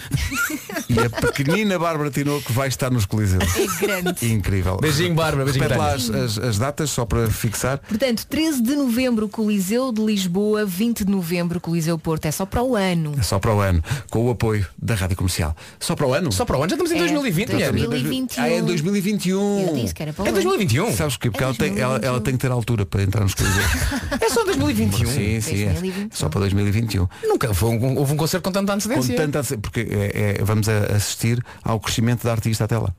A: E a pequenina Bárbara Tinoco vai estar nos Coliseus.
D: É grande.
A: Incrível.
B: Beijinho, Bárbara, beijinho,
A: Repete lá as,
B: Tânia.
A: as- as datas, só para fixar.
D: Portanto, 13 de novembro, Coliseu de Lisboa, 20 de novembro, Coliseu Porto. É só para o ano.
A: É só para o ano, com o apoio da Rádio Comercial. Só para o ano?
B: Só para o ano? Já estamos em
D: É, 2020, mulher. 2021.
A: Ah, é 2021.
K: Hum.
D: Eu disse que era um para o
B: É
D: ano.
B: 2021.
A: Sabes porquê? Porque ela, tem, ela,
D: um.
A: ela tem que ter altura para entrar nos coisas.
B: É só 2021.
A: Sim, sim. é.
D: um.
A: Só para 2021.
B: Nunca foi um- houve um concerto com tanta
A: Com
B: antecedência.
A: tanta, porque é- é- vamos a- assistir ao crescimento da artista até lá.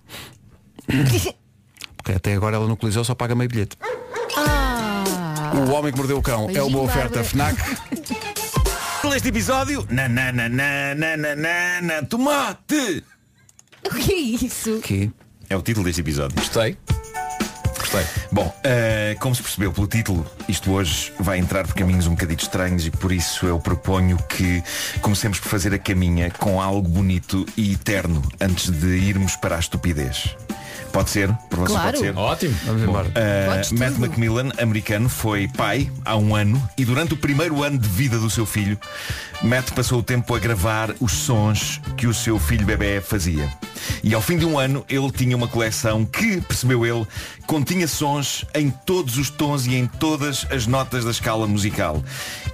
A: Porque até agora ela no Coliseu só paga meio bilhete. O Homem que Mordeu o Cão é uma
K: Beijinho,
A: oferta
K: Bárbara.
A: FNAC.
K: Neste episódio, na, na, na, na, na, na, na, na, tomate!
D: O que é isso?
A: Que?
K: É o título deste episódio.
B: Gostei.
K: Gostei. Bom, eh, como se percebeu pelo título, isto hoje vai entrar por caminhos um bocadinho estranhos e por isso eu proponho que comecemos por fazer a caminha com algo bonito e eterno antes de irmos para a estupidez. Pode ser? Por vocês
M: Claro.
K: pode ser?
B: Ótimo.
K: Vamos embora. Eh, Matt Macmillan, americano, foi pai há um ano e durante o primeiro ano de vida do seu filho, Matt passou o tempo a gravar os sons que o seu filho bebê fazia. E ao fim de um ano, ele tinha uma coleção que, percebeu ele, continha sons em todos os tons e em todas as notas da escala musical.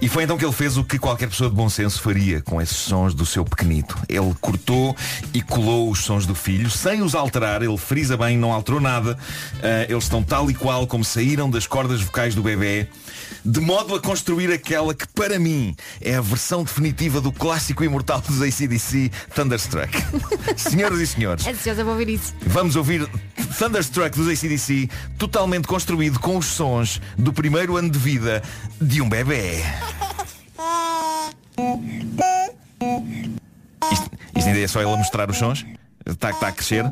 K: E foi então que ele fez o que qualquer pessoa de bom senso faria com esses sons do seu pequenito. Ele cortou e colou os sons do filho sem os alterar. Ele frisa bem, não alterou nada. Ah, eles estão tal e qual como saíram das cordas vocais do bebê. De modo a construir aquela que, para mim, é a versão definitiva do clássico imortal dos ACDC, Thunderstruck. Senhoras e senhores,
D: Ansiosa para ouvir isso.
K: Vamos ouvir Thunderstruck dos ACDC, totalmente construído com os sons do primeiro ano de vida de um bebê. Isto, isto ainda é só ela mostrar os sons? Está, está a crescer?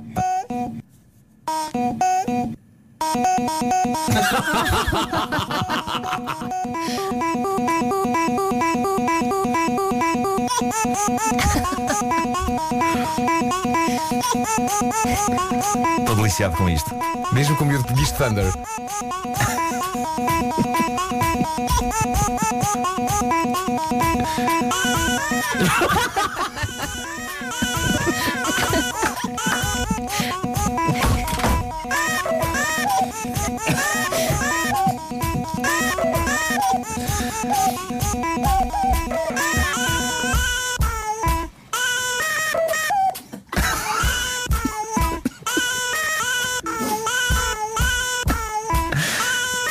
K: Estou deliciado com isto.
B: É. Mesmo com o miúdo que diz Thunder.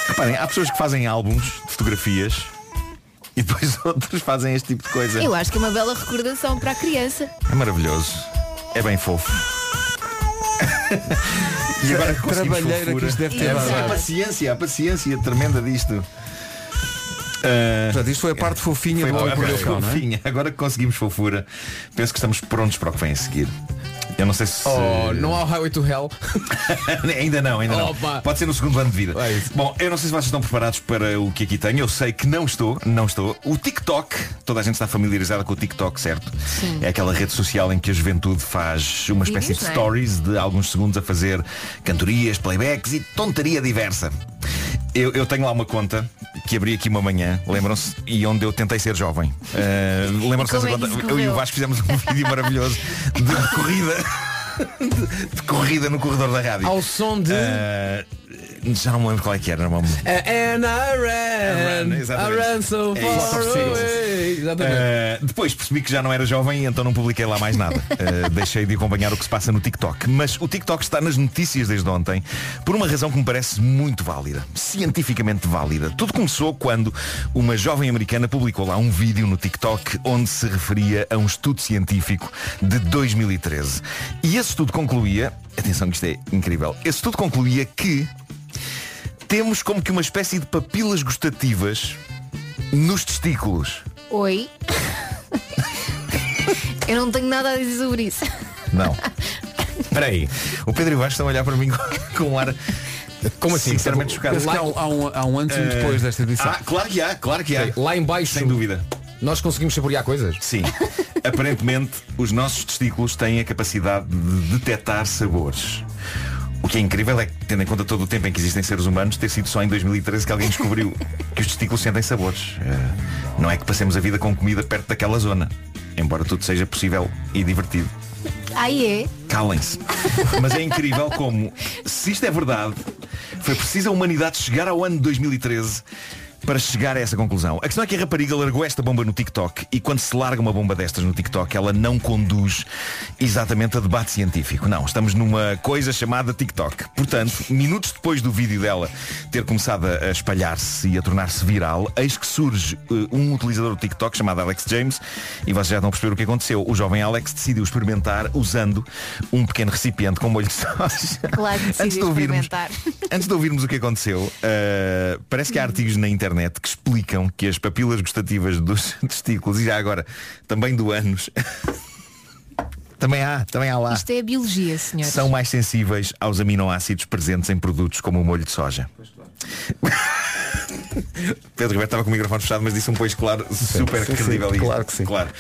K: Reparem, há pessoas que fazem álbuns de fotografias e depois outros fazem este tipo de coisa.
D: Eu acho que é uma bela recordação para a criança.
K: É maravilhoso. É bem fofo. e agora que conseguimos
A: Trabalheira
K: fofura.
A: que isto deve ter
K: É,
A: dado.
K: A paciência, a paciência tremenda disto.
A: Portanto, isto foi a parte fofinha
K: Foi
A: do
K: a
A: Homem que
K: parte
A: Mordeu o Cão, não é?
K: fofinha. Agora que conseguimos fofura, penso que estamos prontos para o que vem a seguir. Eu não sei se.
N: Oh, não há o Highway to Hell.
K: ainda não, ainda não.
N: Opa.
K: Pode ser no segundo ano de vida. Bom, eu não sei se vocês estão preparados para o que aqui tenho. Eu sei que não estou, não estou. O TikTok, toda a gente está familiarizada com o TikTok, certo?
M: Sim.
K: É aquela rede social em que a juventude faz uma espécie de
M: Vídeos, não é?
K: stories de alguns segundos a fazer cantorias, playbacks e tontaria diversa. Eu, eu tenho lá uma conta que abri aqui uma manhã, lembram-se, e onde eu tentei ser jovem. Ah, lembram-se
M: Como
K: dessa
M: é
K: conta?
M: que isso
K: Eu e o
M: correu?
K: Vasco fizemos um vídeo maravilhoso de corrida. De, de corrida no corredor da rádio. Ao
N: som de.
K: É. Ah, já não me lembro qual é que era, não me lembro.
N: And I ran,
K: I ran,
N: I
K: exatamente.
N: ran so
K: É
N: far
K: isso.
N: away. Exatamente.
K: Uh, depois percebi que já não era jovem e então não publiquei lá mais nada. Uh, deixei de acompanhar o que se passa no TikTok. Mas o TikTok está nas notícias desde ontem por uma razão que me parece muito válida, cientificamente válida. Tudo começou quando uma jovem americana publicou lá um vídeo no TikTok onde se referia a um estudo científico de 2013. E esse estudo concluía, atenção que isto é incrível, esse estudo concluía que temos como que uma espécie de papilas gustativas nos testículos.
D: Oi. Eu não tenho nada a dizer sobre isso.
K: Não. Espera aí. O Pedro e o Vasco estão a olhar para mim com- com um ar. Como assim? Sinceramente chocado.
A: Penso que há um- há um- há um antes e um
B: É.
K: Eh,
A: depois desta edição.
K: Ah, claro que há, claro que há.
A: Sim,
K: Lá em baixo. Sem dúvida.
N: Nós conseguimos saborear coisas?
K: Sim. Aparentemente, os nossos testículos têm a capacidade de detectar sabores. O que é incrível é que, tendo em conta todo o tempo em que existem seres humanos, ter sido só em 2013 que alguém descobriu que os testículos sentem sabores. Eh, Não é que passemos a vida com comida perto daquela zona. Embora tudo seja possível e divertido.
D: Aí é.
K: Calem-se. Mas é incrível como, se isto é verdade, foi preciso a humanidade chegar ao ano de 2013 para chegar a essa conclusão. A questão é que a rapariga largou esta bomba no TikTok e quando se larga uma bomba destas no TikTok, ela não conduz exatamente a debate científico. Não, estamos numa coisa chamada TikTok. Portanto, minutos depois do vídeo dela ter começado a a espalhar-se e a tornar-se viral, eis que surge eh, um utilizador do TikTok chamado Alex James e vocês já estão a perceber o que aconteceu. O jovem Alex decidiu experimentar usando um pequeno recipiente com molho de soja.
D: Claro que
K: Antes
D: decidi
K: de ouvirmos-
D: experimentar.
K: Antes de ouvirmos o que aconteceu, eh, parece que há artigos na internet que explicam que as papilas gustativas dos testículos e já agora também do ânus também há, também há lá.
D: Isto é a biologia, senhor.
K: São mais sensíveis aos aminoácidos presentes em produtos como o molho de soja. Pedro Roberto estava com o microfone fechado, mas disse um pois claro super
M: sim, sim,
K: credível. e-
M: claro
K: que sim. Claro.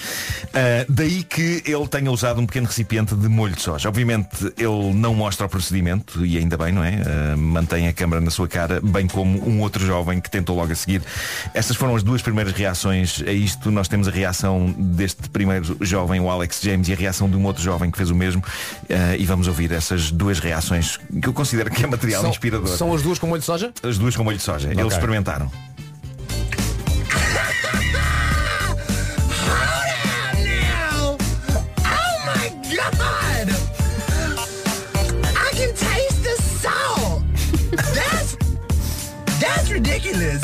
K: Ah, daí que ele tenha usado um pequeno recipiente de molho de soja. Obviamente ele não mostra o procedimento, e ainda bem, não é? Ah, mantém a câmara na sua cara, bem como um outro jovem que tentou logo a seguir. Essas foram as duas primeiras reações a isto. Nós temos a reação deste primeiro jovem, o Alex James, e a reação de um outro jovem que fez o mesmo. Ah, e vamos ouvir essas duas reações que eu considero que é material
N: São-
K: inspirador.
N: São as duas com molho de soja?
K: As duas com molho de soja. Eles
N: Ok.
K: experimentaram.
M: now. Oh my god! I can taste the salt. That's that's ridiculous.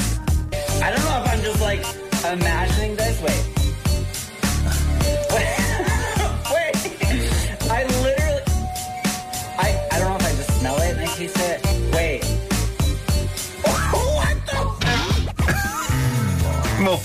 M: I don't know if I'm just like imagining this. Wait. Wait. I literally. I I don't know if I just smell it and I taste it. Wait. what the?
K: Bom,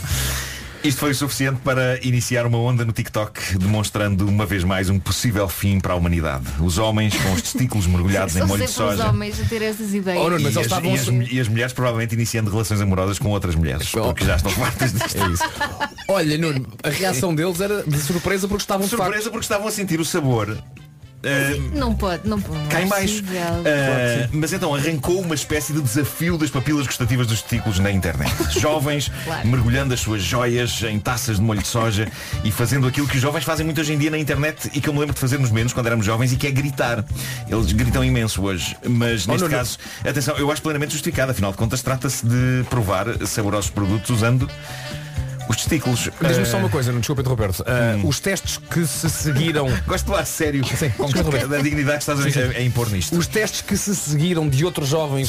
K: isto foi o suficiente para iniciar uma onda no TikTok, demonstrando uma vez mais um possível fim para a humanidade. Os homens com os testículos mergulhados em
D: São
K: molho
D: sempre
K: de
D: os
K: soja. Oh,
D: homens a ter essas ideias.
K: e, as, e as- e as mulheres provavelmente iniciando relações amorosas com outras mulheres, porque já estão fartas disto. É isso.
N: Olha, Nuno, a reação deles era de surpresa porque estavam de
K: Surpresa porque estavam a sentir o sabor. Ah,
D: Não pode, não pode.
K: Cá em
D: Não é
K: baixo.
D: possível.
K: Ah, mas então arrancou uma espécie de desafio das papilas gustativas dos testículos na internet. Jovens
M: Claro.
K: mergulhando as suas joias em taças de molho de soja e fazendo aquilo que os jovens fazem muito hoje em dia na internet e que eu me lembro de fazermos menos quando éramos jovens e que é gritar. Eles gritam imenso hoje, mas
M: Oh,
K: neste
M: não, não.
K: caso, atenção, eu acho plenamente justificado, afinal de contas trata-se de provar saborosos produtos usando Os testículos.
B: Diz-me só
K: eh,
B: uma coisa, não desculpa interromper-te. Ah,
A: Hum.
B: Os testes que se seguiram.
K: Gosto lá, sério.
B: Sim,
K: Desculpa, da dignidade que estás a- a- a impor nisto.
B: Os testes que se seguiram de outros jovens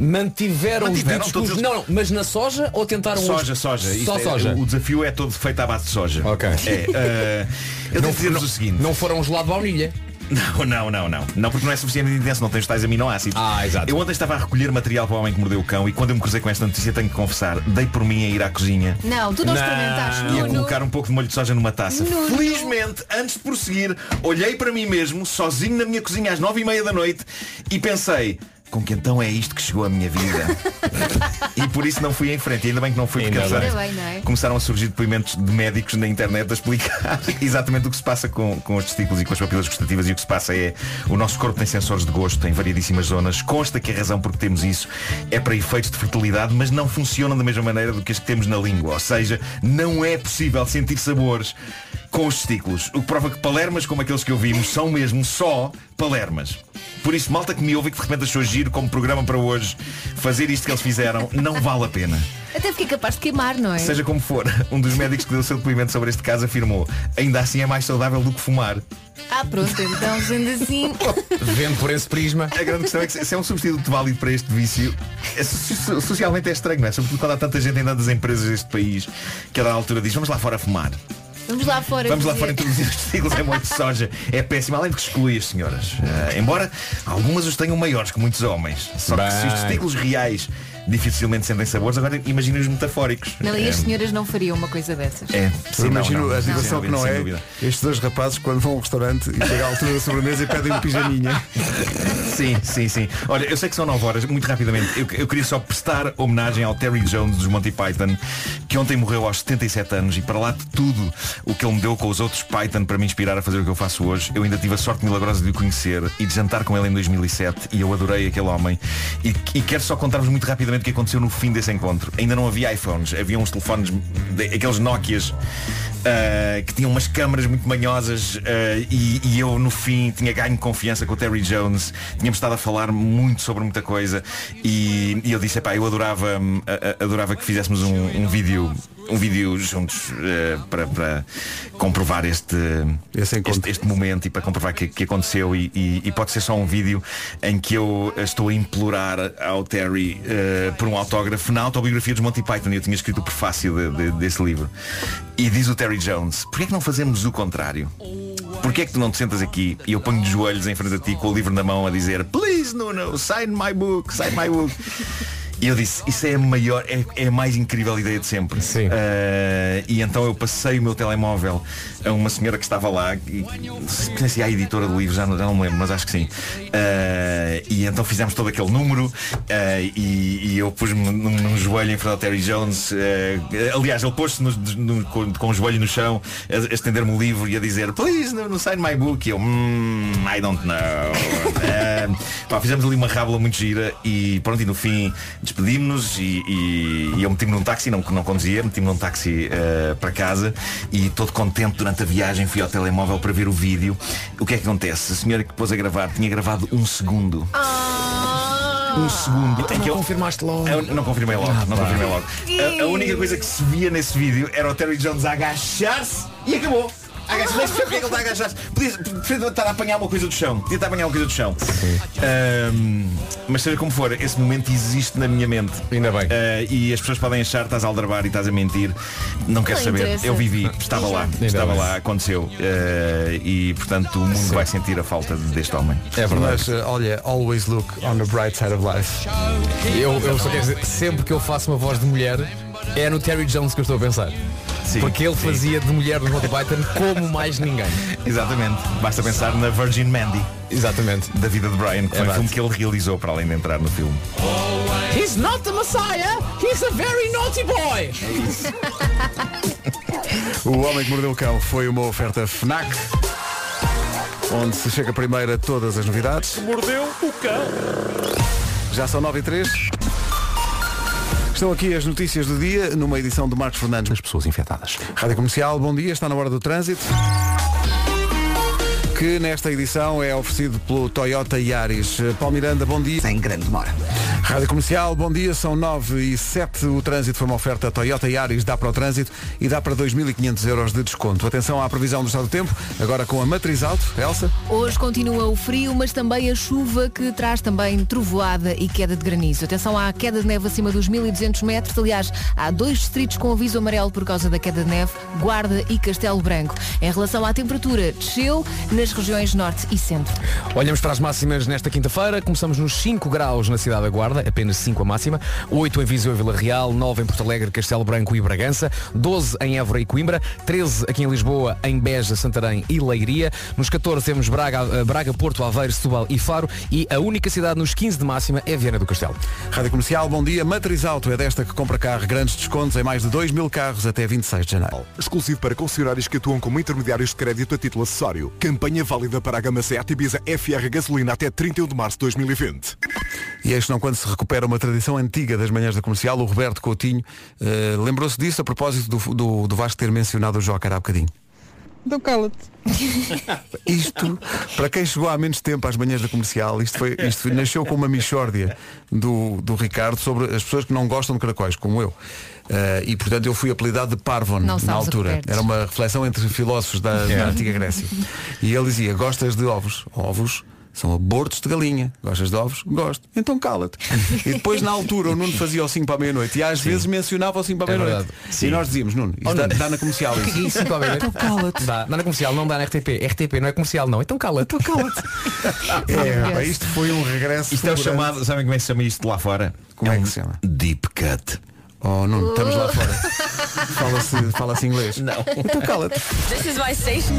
B: mantiveram,
K: Mantiveram
B: os ditos
K: todos
B: cujos-
K: os-
N: Não, não, mas na soja ou tentaram
K: Soja,
N: os-
K: soja. Isto
N: Só
K: é-
N: soja.
K: O desafio é todo feito à base de soja. Ok. É, uh, eu
N: Não
K: devo dizer-vos o seguinte.
N: Não foram os lá de baunilha.
K: Não, não, não, não. Não, porque não é suficientemente intenso, não tens tais aminoácidos. Ah, exato. Eu ontem estava a recolher material para o homem que mordeu o cão e quando eu me cruzei com esta notícia tenho que confessar, dei por mim a ir à cozinha.
D: Não, tu não experimentaste,
K: E a
D: Nuno.
K: colocar um pouco de molho de soja numa taça.
D: Nuno.
K: Felizmente, antes de prosseguir, olhei para mim mesmo, sozinho na minha cozinha às nove e meia da noite e pensei. Com que então é isto que chegou à minha vida? e por isso não fui em frente, ainda bem que não fui porque
D: bem.
K: eles-
D: Ainda bem, não é?
K: começaram a surgir depoimentos de médicos na internet a explicar exatamente o que se passa com, com os testículos e com as papilas gustativas e o que se passa é o nosso corpo tem sensores de gosto em variedíssimas zonas consta que a razão por que temos isso é para efeitos de fertilidade mas não funcionam da mesma maneira do que as que temos na língua ou seja, não é possível sentir sabores com os testículos o que prova que palermas como aqueles que ouvimos são mesmo só palermas por isso, malta que me ouve e que de repente achou giro como programa para hoje fazer isto que eles fizeram não vale a pena
D: Até fiquei capaz de queimar, não é?
K: Seja como for, um dos médicos que deu o seu depoimento sobre este caso afirmou ainda assim é mais saudável do que fumar.
D: Ah, pronto, então sendo assim.
K: Vendo por esse prisma. A grande questão é que se é um substituto válido para este vício, é so- so- socialmente é estranho, não é? Sobretudo quando há tanta gente ainda das empresas deste país que a dada altura diz vamos lá fora fumar.
D: Vamos lá fora.
K: Vamos lá
D: dizer.
K: fora introduzir os testículos em molho de soja. É péssimo, além de que exclui as senhoras. Eh, embora algumas os tenham maiores que muitos homens. Só que se
B: Bem.
K: os testículos reais dificilmente sentem sabores, agora imaginem os metafóricos.
D: Não, e as
A: É.
K: Eh,
D: senhoras não fariam uma coisa dessas.
K: É,
A: Eu
K: sim,
A: imagino
K: não, não,
A: a
K: sem
A: situação que
K: dúvida,
A: não
K: sem
A: é
K: dúvida.
A: Estes dois rapazes quando vão ao restaurante E chega à altura da sobremesa e pedem um pijaminha
K: Sim, sim, sim. Olha, eu sei que são 9 horas, muito rapidamente. Eu, eu queria só prestar homenagem ao Terry Jones dos Monty Python, que ontem morreu aos 77 anos e para lá de tudo o que ele me deu com os outros Python para me inspirar a fazer o que eu faço hoje, eu ainda tive a sorte milagrosa de o conhecer e de jantar com ele em 2007 e eu adorei aquele homem. E, e quero só contar-vos muito rapidamente o que aconteceu no fim desse encontro. Ainda não havia iPhones, havia uns telefones, de- aqueles Nokias Uh, que tinha umas câmaras muito manhosas uh, e, e eu no fim tinha ganho confiança com o Terry Jones tínhamos estado a falar muito sobre muita coisa e, e eu disse pá eu adorava hum, a- a- adorava que fizéssemos um, um vídeo um vídeo juntos uh, para, para comprovar este, este este momento e para comprovar que, que aconteceu e, e- e pode ser só um vídeo em que eu estou a implorar ao Terry uh, por um autógrafo na autobiografia dos Monty Python eu tinha escrito o prefácio de- de- desse livro e diz o Terry Jones, porquê é que não fazemos o contrário? Porquê é que tu não te sentas aqui e eu ponho de joelhos em frente a ti com o livro na mão a dizer Please Nuno, sign my book, sign my book E eu disse, isso é a maior, é, é a mais incrível ideia de sempre Sim. E então eu passei o meu telemóvel a uma senhora que estava lá e, se- Não sei se é a editora do livro, já não, já não me lembro, mas acho que sim Ah, E então fizemos todo aquele número ah, e, e eu pus-me num, num joelho em frente ao Terry Jones ah, Aliás, ele pôs-se no- no- com, com o joelho no chão a, a estender-me o livro e a dizer Please, no, no sign my book E eu, "Hmm, I don't know Ah, pá, Fizemos ali uma rábula muito gira E pronto, e no fim despedimos-nos e, e- e eu meti-me num táxi, não, não conduzia Meti-me num táxi ah, para casa E todo contente durante a viagem Fui ao telemóvel para ver o vídeo O que é que acontece? A senhora que pôs a gravar tinha gravado um segundo um
D: Ah,
K: segundo em que eu confirmaste logo É não confirmei logo não confirmei logo a, a única coisa que se via nesse vídeo era o Terry Jones a agachar-se e acabou Agachar-se. Mas porquê é que ele está a agachar-se? Podia podia estar a apanhar uma coisa do chão. Podia estar a apanhar uma coisa do chão. Ahm, mas seja como for, esse momento existe na minha mente. Ainda bem. e as pessoas podem achar estás a aldrabar e estás a mentir. Não quero
B: Não
K: saber.
B: interessa.
K: Eu vivi. Estava lá.
B: Ainda
K: Estava
B: bem.
K: lá. Aconteceu. Ah, e portanto o mundo vai sentir a falta deste homem.
A: É verdade. Mas eh, olha, always look on the bright side of life
B: Eu, eu só quero dizer, sempre que eu faço uma voz de mulher, é no Terry Jones que eu estou a pensar. Porque ele fazia de mulher no Monty Python como mais ninguém.
K: Exatamente. Basta pensar na Virgin Mandy.
B: Exatamente.
K: Da vida de Brian, que foi um
B: Exato.
K: filme que ele realizou para além de entrar no filme.
M: He's not the Messiah. He's a very naughty boy.
A: O Homem que Mordeu o Cão foi uma oferta FNAC Onde se chega primeiro a todas as novidades
M: Mordeu o cão.
A: Já são 9 e 3. Estão aqui as notícias do dia, numa edição do Marcos Fernandes. As pessoas infectadas. Rádio Comercial, bom dia, está na hora do trânsito. Que nesta edição é oferecido pelo Toyota Yaris. Paulo Miranda, bom dia.
C: Sem grande demora.
A: Rádio Comercial, bom dia, são 9 e 7. O trânsito foi uma oferta Toyota Yaris, dá para o trânsito e dá para 2.500 euros de desconto. Atenção à previsão do estado do tempo, agora com a matriz alto. Elsa?
D: Hoje continua o frio, mas também a chuva que traz também trovoada e queda de granizo. Atenção à queda de neve acima dos 1.200 metros. Aliás, há dois distritos com aviso amarelo por causa da queda de neve, Guarda e Castelo Branco. Em relação à temperatura, desceu nas regiões norte e centro.
B: Olhamos para as máximas nesta quinta-feira. Começamos nos 5 graus na cidade da Guarda, apenas 5 a máxima. 8 em Viseu e Vila Real, 9 em Porto Alegre, Castelo Branco e Bragança, 12 em Évora e Coimbra, 13 aqui em Lisboa, em Beja, Santarém e Leiria. Nos 14 temos Braga, eh, Braga, Porto, Aveiro, Setúbal e Faro. E a única cidade nos 15 de máxima é Viana do Castelo.
A: Rádio Comercial, bom dia. Matriz Alto é desta que compra carro, grandes descontos em mais de 2 mil carros até 26 de janeiro.
O: Exclusivo para concessionários que atuam como intermediários de crédito a título acessório. Campanha válida para a gama Seat Ibiza FR Gasolina até 31 de março de 2020.
A: E eis não quando se recupera uma tradição antiga das manhãs da comercial, o Roberto Coutinho eh, lembrou-se disso a propósito do, do, do Vasco ter mencionado o Joker há bocadinho.
P: Então cala-te.
A: Isto, para quem chegou há menos tempo às manhãs da comercial, isto, foi, isto foi- nasceu com uma mixórdia do, do Ricardo sobre as pessoas que não gostam de caracóis, como eu. Eh, e portanto eu fui apelidado de Parvon
Q: Não
A: na
Q: sabes
A: altura.
Q: Roberto.
A: Era uma reflexão entre filósofos da, da
Q: Yeah.
A: antiga Grécia. E ele dizia, gostas de ovos? Ovos são abortos de galinha. Gostas de ovos? Gosto. Então cala-te. E depois na altura o Nuno fazia o 5 para a meia-noite. E às vezes mencionava o 5 para a
B: É
A: meia-noite.
B: verdade.
A: e
B: Sim.
A: nós dizíamos, Nuno, isto
B: Oh,
A: dá,
B: Nuno.
A: dá na comercial.
B: O que é que é isso? Cláudia?
A: Então cala-te.
B: Dá, dá na comercial, não dá na RTP. RTP não é comercial, não. Então cala-te. Então cala-te.
K: É,
A: pá, isto foi um regresso.
K: Isto é o
A: fulgurante.
K: chamado, sabem como é que se chama isto lá fora? Como é, que se chama? Deep cut.
A: Oh, não,
R: Uh.
A: estamos lá fora. Fala-se fala inglês.
K: Não.
A: Então cala-te.
R: This is my station.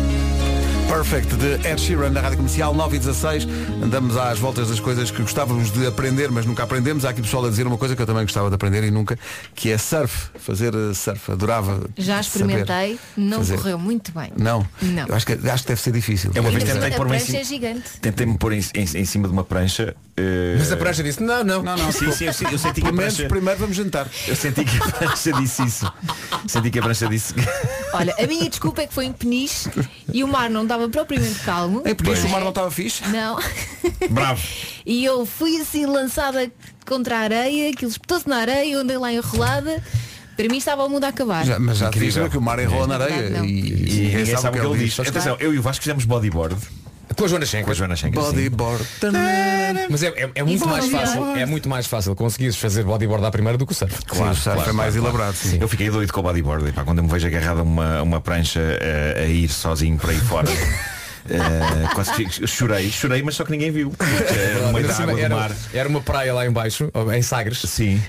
A: Perfect de Ed Sheeran na Rádio Comercial 9 e 16. Andamos às voltas das coisas que gostávamos de aprender, mas nunca aprendemos. Há aqui pessoal a dizer uma coisa que eu também gostava de aprender e nunca, que é surf. Fazer eh, surf. Adorava.
D: Já
A: saber
D: experimentei, não
A: fazer.
D: correu muito bem.
A: Não.
D: Não.
A: Eu acho que, acho que deve ser difícil.
K: Eu É uma vez
D: Ainda
K: tentei
D: por cima
K: pôr-me
D: da
K: em
A: assim.
D: prancha é
K: cima-
D: gigante.
K: Tentei-me pôr em, em- em cima de uma prancha. eh,
B: Mas a prancha disse, não, não.
A: Não, não.
K: Sim, sim, eu, senti- eu senti que a
A: Pelo menos
K: prancha.
A: primeiro vamos jantar.
K: Eu senti que a prancha disse isso. Senti que a prancha disse.
L: Olha, a minha desculpa é que foi em Peniche e o mar não estava propriamente calmo.
A: Em Peniche
L: não
A: o mar
L: é?
A: não estava fixe?
L: Não.
K: Bravo.
L: E eu fui assim lançada contra a areia, aquilo espetou-se na areia, eu andei lá enrolada. Para mim estava o mundo a acabar.
A: Já- mas já te
K: Incrível. É.
A: digo que o mar enrola na areia.
L: Não.
A: E, e
K: E ninguém sabe o que ele assim, diz.
A: Atenção.
K: Atenção, eu e o Vasco fizemos bodyboard.
B: Com a Joana Schenker.
K: Com a Joana Schenker. sim.
A: Bodyboard.
B: Mas é, é- é muito
K: Isso
B: mais
K: não é
B: fácil.
K: bodyboard.
B: É muito mais fácil conseguires fazer bodyboard à primeira do que o surf.
K: Claro,
A: é
K: é claro, claro, claro. Eu fiquei doido com o bodyboard. E, pá, quando eu me vejo agarrado a uma, uma prancha eh, a ir sozinho para aí fora. eh, quase que chorei, chorei, mas só que ninguém viu. Eh, no meio da água do
B: era,
K: mar.
B: era uma praia lá em baixo, ou em Sagres,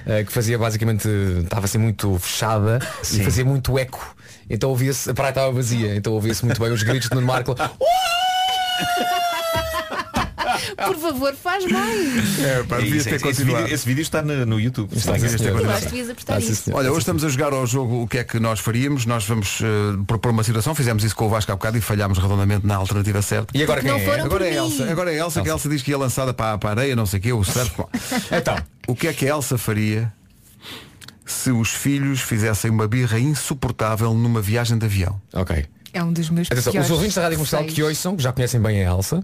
B: eh, que fazia basicamente, estava assim muito fechada
K: Sim.
B: e fazia muito eco. Então ouvia-se, a praia estava vazia, então ouvia-se muito bem os gritos de Nuno Marco.
D: Por favor, faz mais.
A: É, pá,
K: E
A: devia
K: isso-
A: ter
K: esse, esse
A: continuado.
K: vídeo, esse vídeo está no, no YouTube.
A: Está,
K: Sim,
A: sim, senhor.
K: sim.
A: Eu
D: acho que devias apostar Ah, sim, nisso. senhor.
A: Olha, hoje estamos a jogar ao jogo o que é que nós faríamos. Nós vamos eh, propor uma situação. Fizemos isso com o Vasco há bocado e falhámos redondamente na alternativa certa.
B: E agora Porque
A: quem
B: quem não é? foram
A: Agora
B: por
A: é a
B: mim.
A: Elsa. Agora é a Elsa, que a Elsa diz que ia lançada para, a- para a areia, não sei o quê, o surf. Bom,
B: então.
A: O que é que a Elsa faria se os filhos fizessem uma birra insuportável numa viagem de avião?
B: Ok.
D: É um dos meus
B: Atenção,
D: piores
B: os ouvintes da Rádio Comercial que
D: receios.
B: ouçam, que já conhecem bem a Elsa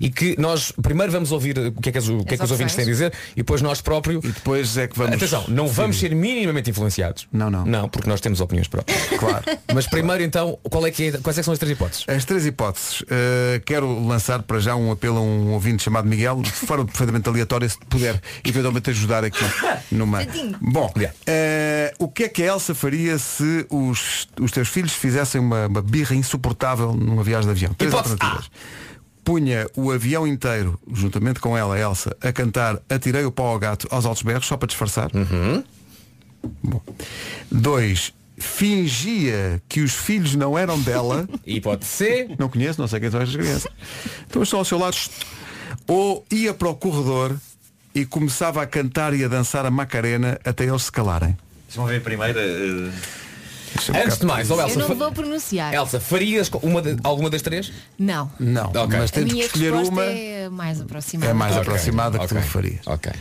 B: E que nós primeiro vamos ouvir o que é que, as- o que é que
D: As
B: os ouvintes têm a
D: opções.
B: dizer E depois nós próprio E
A: depois é que vamos
B: Atenção, não vamos ser minimamente influenciados
A: Não, não
B: Não, porque nós temos opiniões próprias
A: Claro
B: Mas primeiro então, qual é que é- quais é que são as três hipóteses?
A: As três hipóteses. Uh, quero lançar para já um apelo a um ouvinte chamado Miguel, de forma perfeitamente aleatória, se puder eventualmente ajudar aqui numa.
Q: Tadinho.
A: Bom, uh, o que é que a Elsa faria se os, os teus filhos fizessem uma, uma birra insuportável numa viagem de avião? Três
Q: Hipótese A.
A: alternativas. Punha o avião inteiro, juntamente com ela, a Elsa, a cantar Atirei o pau ao gato aos altos berros, só para disfarçar.
Q: Uhum.
A: Dois, fingia que os filhos não eram dela.
B: E pode ser.
A: Não conheço, não sei quem são estas crianças. Então estão ao seu lado. Ou ia para o corredor e começava a cantar e a dançar a Macarena até eles se calarem.
K: Vamos ver a primeira. eh,
B: Antes de mais, ó
D: Eu
B: Elsa,
D: não
B: fa-
D: vou pronunciar.
B: Elsa, farias uma de- alguma das três?
D: Não.
A: Não, mas
D: A
A: tento
D: minha
A: escolher
D: resposta
A: uma.
D: é mais aproximada.
A: É mais
B: Ok,
A: aproximada que tu
B: ok,
A: farias.
B: Ok.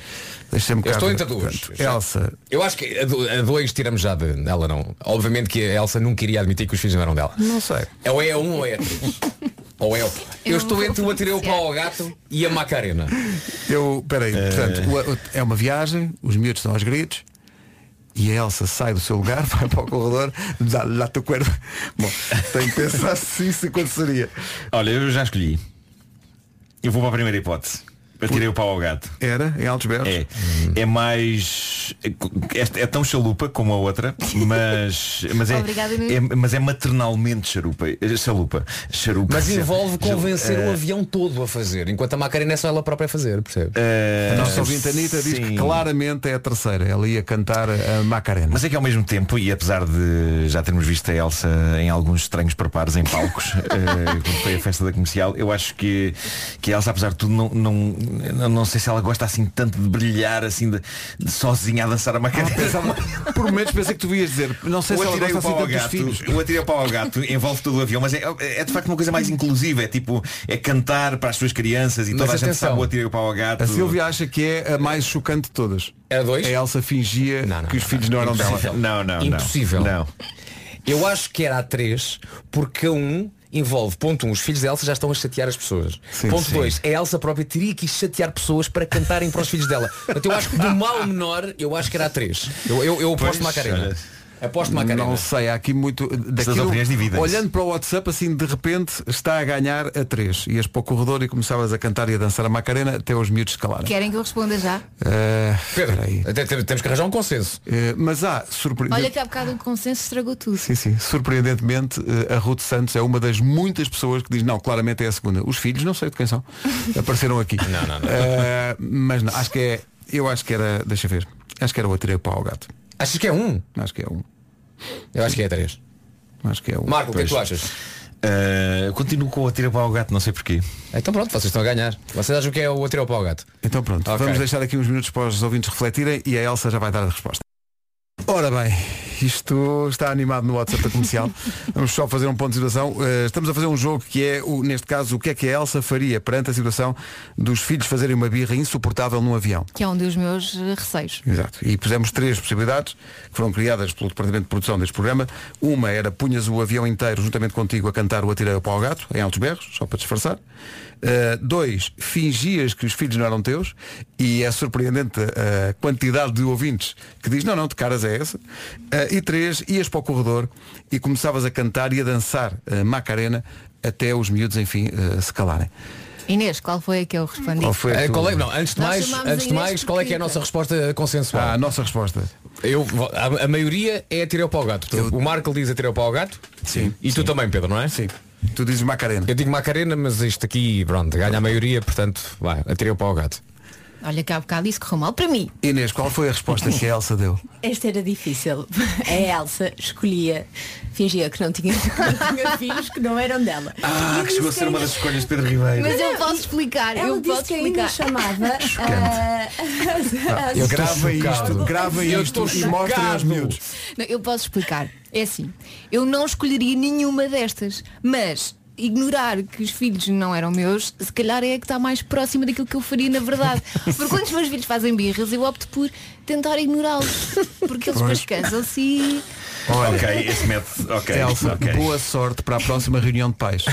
A: Deixa-me
B: Eu
A: cá
B: estou
A: ver,
B: entre duas.
A: portanto, Elsa.
B: Eu acho que a do- a dois tiramos já de. Ela não. Obviamente que a Elsa nunca iria admitir que os filhos não eram dela.
A: Não sei.
B: Ou é a um ou é a três. Ou eu. Eu,
S: Eu
B: estou
S: vou
B: entre o atirei o pau ao gato e a Macarena.
A: Eu, peraí, portanto, o- o- é uma viagem, os miúdos estão aos gritos e a Elsa sai do seu lugar, vai para o corredor, dá lá teu cuerpo. Bom, tenho que pensar se isso aconteceria.
K: Olha, eu já escolhi. Eu vou para a primeira hipótese. Eu tirei o pau ao gato.
A: Era, em Altos Berros?
K: É. É mais. É, é tão chalupa como a outra, mas. Mas é,
B: Obrigada, Nuno.
K: é, mas é maternalmente charupa. Chalupa. Charupa.
B: Mas envolve convencer
K: Eh,
B: o avião todo a fazer, enquanto a Macarena é só ela própria a fazer, percebe?
K: Eh,
A: A
K: É,
A: nossa ouvinte Anitta diz que claramente é a terceira. Ela ia cantar a Macarena.
K: Mas é que ao mesmo tempo, e apesar de já termos visto a Elsa em alguns estranhos preparos em palcos, eh, quando foi a festa da comercial, eu acho que, que a Elsa, apesar de tudo, não, não, não, não sei se ela gosta assim tanto de brilhar, assim, de, de sozinha a dançar a macarena.
A: Por momentos pensei que tu ias dizer, não sei
K: o
A: se ela
K: atirei
A: gosta
K: o
A: assim
K: pau ao
A: tanto dos
K: gato,
A: filhos.
K: o atirei o pau ao gato envolve todo o avião, mas é, é de facto uma coisa mais inclusiva, é tipo, é cantar para as suas crianças e
A: Mas
K: toda a gente
A: atenção.
K: sabe o atirei o pau ao gato.
A: A Silvia acha que é a mais chocante de todas.
B: É a dois?
A: A Elsa fingia que os filhos não eram
B: Impossível.
A: dela.
B: Impossível.
A: Não.
B: Eu acho que era a 3, porque a 1 envolve, ponto 1, um, os filhos da Elsa já estão a chatear as pessoas.
A: Sim,
B: ponto
A: sim.
B: 2, a Elsa própria teria que chatear pessoas para cantarem para os filhos dela. Portanto, eu acho que do mal menor, eu acho que era a 3. Eu, eu, eu aposto
A: Pois,
B: Macarena.
A: olha.
B: Aposto Macarena.
A: Não sei, há aqui muito daquilo,
B: opiniões dividem-se.
A: Olhando para o WhatsApp, assim, de repente está a ganhar a 3. Ias para o corredor e começavas a cantar e a dançar a Macarena até os miúdos se calarem.
D: Querem que eu responda já?
A: Eh,
B: Pedro, até te- temos que arranjar um consenso.
A: eh, mas há, surpreendente.
D: Olha que há bocado o consenso estragou tudo.
A: Sim, sim. Surpreendentemente, eh, a Ruth Santos é uma das muitas pessoas que diz, não, claramente é a segunda. Os filhos, não sei de quem são, apareceram aqui. Não, não, não. mas não, acho que é, eu acho que era, deixa ver, acho que era o atirei para o gato.
B: Achas que é um?
A: Acho que é um.
B: Eu acho que é três.
A: Acho que é um.
B: Marco, o que é que tu
K: Pois.
B: achas?
K: Eh, continuo com o atirei o pau ao gato, não sei porquê.
B: Então pronto, vocês estão a ganhar. Vocês acham que é o atirei o pau ao gato?
A: Então pronto,
B: Ok.
A: vamos deixar aqui uns minutos para os ouvintes refletirem e a Elsa já vai dar a resposta. Ora bem, isto está animado no WhatsApp da comercial. Vamos só fazer um ponto de situação. Eh, estamos a fazer um jogo que é, o- neste caso, o que é que a Elsa faria perante a situação dos filhos fazerem uma birra insuportável num avião.
D: Que é um dos meus eh, receios.
A: Exato. E pusemos três possibilidades que foram criadas pelo Departamento de Produção deste programa. Uma era punhas o avião inteiro juntamente contigo a cantar o Atirei para o Gato, em altos berros, só para disfarçar. Uh, dois, fingias que os filhos não eram teus e é surpreendente a quantidade de ouvintes que diz não, não, de caras é essa. Uh, e três, ias para o corredor e começavas a cantar e a dançar uh, Macarena até os miúdos, enfim, uh, se calarem.
D: Inês, qual foi a que eu respondi?
A: Qual foi a
B: Eh,
A: tua?
B: qual é- não, antes de
D: Nós
B: mais,
D: chamámos
B: antes
D: a
B: de
D: Inês
B: mais
D: porque
B: qual é que é a nossa resposta consensual?
A: Ah, a nossa resposta.
B: Eu, vou- a, a maioria é atirei o pau ao gato. Portanto, O Marco diz atirei o pau ao gato. Sim. E tu também, Pedro, não é?
A: Sim. Tu dizes Macarena.
B: Eu digo Macarena, mas isto aqui, pronto, ganha a maioria, portanto, vai, atirei o pau ao gato.
D: Olha que há bocado isso correu mal para mim.
A: Inês, qual foi a resposta que a Elsa deu?
T: Esta era difícil. A Elsa escolhia, fingia que não tinha, que não tinha filhos que não eram dela.
K: Ah, que chegou a ser uma das escolhas de Pedro Ribeiro.
D: Mas eu posso explicar,
T: Ela
D: eu
T: disse
D: posso
T: que ainda
D: explicar.
T: chamava ah,
A: Eu
T: a-
A: grava isto, grava
T: Eu
A: isto
T: estou
A: e mostra aos
T: chocado.
A: miúdos.
D: Não, eu posso explicar. É assim, eu não escolheria nenhuma destas, mas ignorar que os filhos não eram meus, se calhar é a que está mais próxima daquilo que eu faria na verdade. Porque quando os meus filhos fazem birras, eu opto por tentar ignorá-los. Porque eles assim.
A: Pois.
D: depois cansam-se e.
A: Olha.
K: Ok, esse método. Ok.
A: Elsa,
K: ok.
A: boa sorte para a próxima reunião de pais.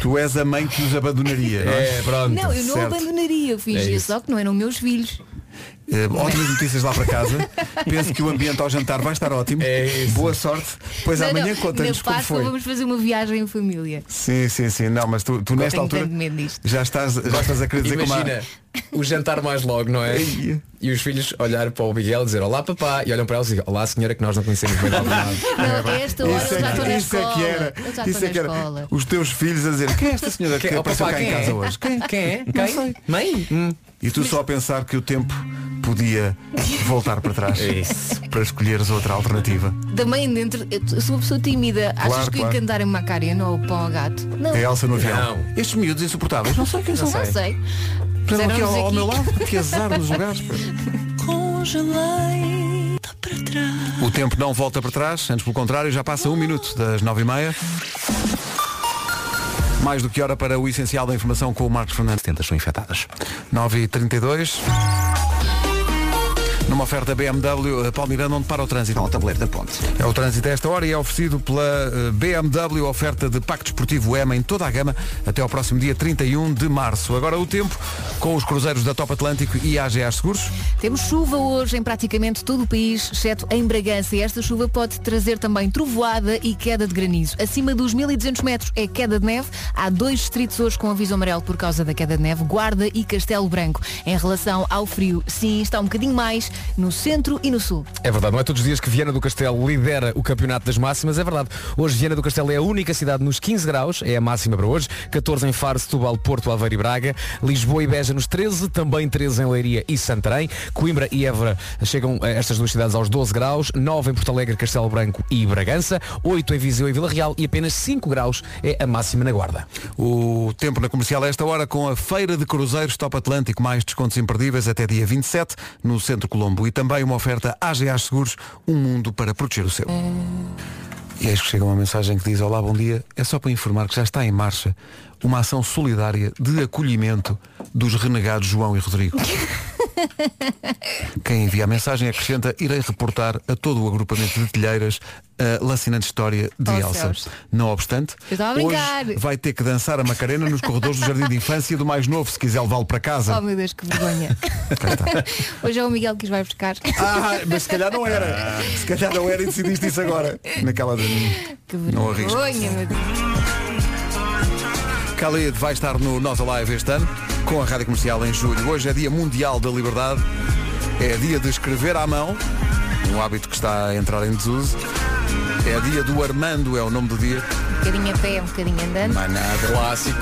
A: tu és a mãe que nos abandonaria. não
B: É, pronto.
D: Não, eu não
A: Certo.
D: abandonaria, eu
A: É
D: fingia
A: isso.
D: só que não eram meus filhos.
A: Eh, ótimas notícias lá para casa. Penso que o ambiente ao jantar vai estar ótimo. Boa sorte. Pois
D: Não,
A: amanhã
D: não,
A: conta-nos
D: na
A: como
D: Páscoa
A: foi.
D: vamos fazer uma viagem em família.
A: Sim, sim, sim. Não, mas tu, tu
D: Eu
A: nesta
D: tenho
A: altura
D: tanto medo disto.
A: já estás, já estás a querer dizer como
B: Imagina, o jantar mais logo, não é? E os filhos olhar para o Miguel e dizer olá papá e olham para eles e dizem olá senhora que nós não conhecemos bem.
D: Não, a esta hora
A: Isso
D: eu
A: é
D: já
A: que-
D: estou na
A: isso é que
D: escola.
A: era.
D: Eu já
A: Isso
D: estou
A: é
D: na
A: que era.
D: escola.
A: os teus filhos a dizer quem é esta senhora que
B: Quem- oh,
A: apareceu
B: papá,
A: cá em
B: quem é?
A: casa hoje?
B: Quem é?
A: Não
B: Quem?
A: sei.
B: Mãe?
A: E tu só a pensar que o tempo podia voltar para trás
D: É
A: para escolheres outra alternativa.
D: Também dentro, eu sou uma pessoa tímida. Achas
A: Claro,
D: que
A: claro.
D: ia cantar em Macarena ou pão ao gato? Não.
A: É Elsa no avião. Estes miúdos insuportáveis, não sei quem são.
D: Não sei.
A: Puseram aqui ao, ao
D: Puseram-nos
A: meu
D: aqui.
A: lado, que azar nos lugares. pá.
S: Congelei.
A: O tempo não volta para trás, antes pelo contrário, já passa um minuto das nove e meia. Mais do que hora para o essencial da informação com o Marcos Fernandes. Tentas são infectadas. 9 e 32 Numa oferta BMW, eh, Paulo Miranda, onde para o trânsito? Ao
C: tabuleiro da ponte.
A: É o trânsito a esta hora e é oferecido pela eh, BMW, oferta de Pacto Esportivo EMA em toda a gama, até ao próximo dia 31 de março. Agora o tempo, com os cruzeiros da Top Atlântico e AGA Seguros.
D: Temos chuva hoje em praticamente todo o país, exceto em Bragança. E esta chuva pode trazer também trovoada e queda de granizo. Acima dos 1.200 metros é queda de neve. Há dois distritos hoje com aviso amarelo por causa da queda de neve, Guarda e Castelo Branco. Em relação ao frio, sim, está um bocadinho mais no centro e no sul.
B: É verdade, não é todos os dias que Viana do Castelo lidera o campeonato das máximas, é verdade. Hoje Viana do Castelo é a única cidade nos 15 graus, é a máxima para hoje, 14 em Faro, Setúbal, Porto, Aveiro e Braga, Lisboa e Beja nos 13, também 13 em Leiria e Santarém, Coimbra e Évora chegam eh, estas duas cidades aos 12 graus, 9 em Porto Alegre, Castelo Branco e Bragança, 8 em Viseu e Vila Real e apenas 5 graus é a máxima na Guarda.
A: O tempo na comercial a esta hora com a Feira de Cruzeiros Top Atlântico, mais descontos imperdíveis até dia 27 no Centro Colombo e também uma oferta AGA Seguros, um mundo para proteger o seu. E eis que chega uma mensagem que diz Olá, bom dia, é só para informar que já está em marcha uma ação solidária de acolhimento dos renegados João e Rodrigo. Quem envia a mensagem acrescenta irei reportar a todo o agrupamento de telheiras a lacinante história de
D: Oh,
A: Elsa.
D: céus.
A: Não obstante,
D: Eu estava a brincar.
A: hoje vai ter que dançar a Macarena nos corredores do Jardim de Infância do mais novo, se quiser levá-lo para
D: Oh
A: casa.
D: meu Deus, que vergonha. Hoje é o Miguel que os vai buscar.
A: Ah, mas se calhar não era. Se calhar não era e decidiste isso agora. Naquela de...
D: Que
A: Não arrisco.
D: vergonha, meu Deus.
A: Khalid vai estar no Nós Alive este ano, com a Rádio Comercial em julho. Hoje é dia mundial da liberdade, é dia de escrever à mão, um hábito que está a entrar em desuso. É dia do Armando, é o nome do dia.
D: Um bocadinho a pé, um bocadinho andando.
A: Mais nada. Clássico.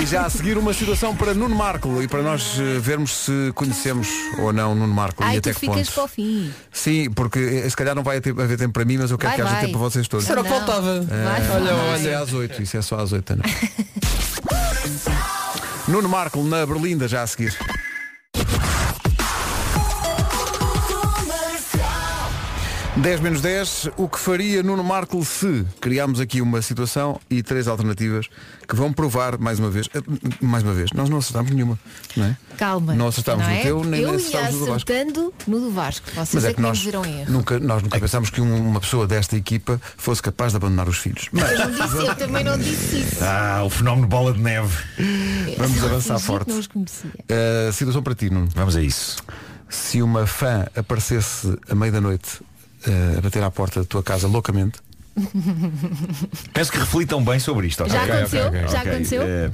A: E já a seguir uma situação para Nuno Marco e para nós eh, vermos se conhecemos ou não Nuno Marco e
D: Ai,
A: até
D: tu
A: que
D: ficas
A: ponto.
D: para o fim.
A: Sim, porque eh, se calhar não vai ter- haver tempo para mim, mas eu quero
D: Vai,
A: que haja
D: vai.
A: tempo para vocês todos.
D: Será que Não. faltava? Vai,
A: Eh,
D: Olha, vai.
A: Isso é às 8, isso é só às 8 da noite. Nuno Marco na Berlinda já a seguir. Dez menos 10, o que faria Nuno Marco se criámos aqui uma situação e três alternativas que vão provar mais uma vez, eh, mais uma vez, nós não acertámos nenhuma, não é?
D: Calma.
A: Não acertámos
D: não
A: no
D: é?
A: teu, nem
D: Eu ia
A: acertámos no do Vasco.
D: acertando no do Vasco. Vocês
A: Mas
D: é
A: é
D: que,
A: que
D: me
A: nós
D: viram erro.
A: nunca, nós nunca pensámos que um- uma pessoa desta equipa fosse capaz de abandonar os filhos.
D: Eu não disse, eu também não disse isso.
K: Ah, o fenómeno bola de neve.
A: Vamos
D: Eu
A: avançar
D: fingi que
A: forte.
D: Não os conhecia.
A: Uh, situação para ti, Nuno.
K: Vamos a isso.
A: Se uma fã aparecesse à meia da noite uh, a bater à porta da tua casa loucamente,
K: Peço que reflitam bem sobre isto. ok?
A: Já
K: Ok,
A: aconteceu?
K: ok, ok.
A: Já
K: Ok,
A: aconteceu?
K: eh,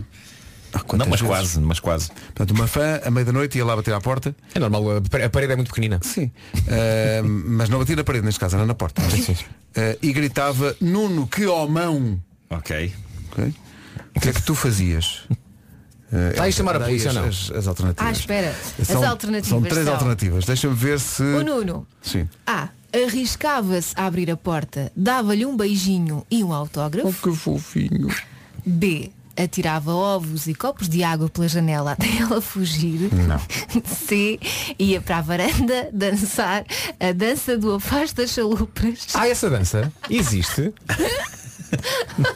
A: quantas
K: Não, mas
A: vezes?
K: quase, mas quase.
A: portanto, uma fã à meia da noite ia lá bater à porta.
B: É normal, a parede é muito pequenina.
A: Sim. Uh, mas não batia na parede, neste caso, era na porta. Uh, e gritava, Nuno, que homão!
K: Ok.
A: Ok? O que é que tu fazias? Uh,
B: Vai chamar a
A: dá aí
B: polícia
A: as-
B: ou não?
A: As, as alternativas.
D: Ah, espera. As
A: São-
D: alternativas.
A: São três
D: são-
A: alternativas. Deixa-me ver se.
D: O Nuno.
A: Sim.
D: A. Arriscava-se a abrir a porta, dava-lhe um beijinho e um autógrafo.
A: Oh, que fofinho.
D: B. Atirava ovos e copos de água pela janela até ela fugir.
A: Não.
D: C. Ia para a varanda dançar a dança do afasta chalupas.
B: Ah, essa dança existe.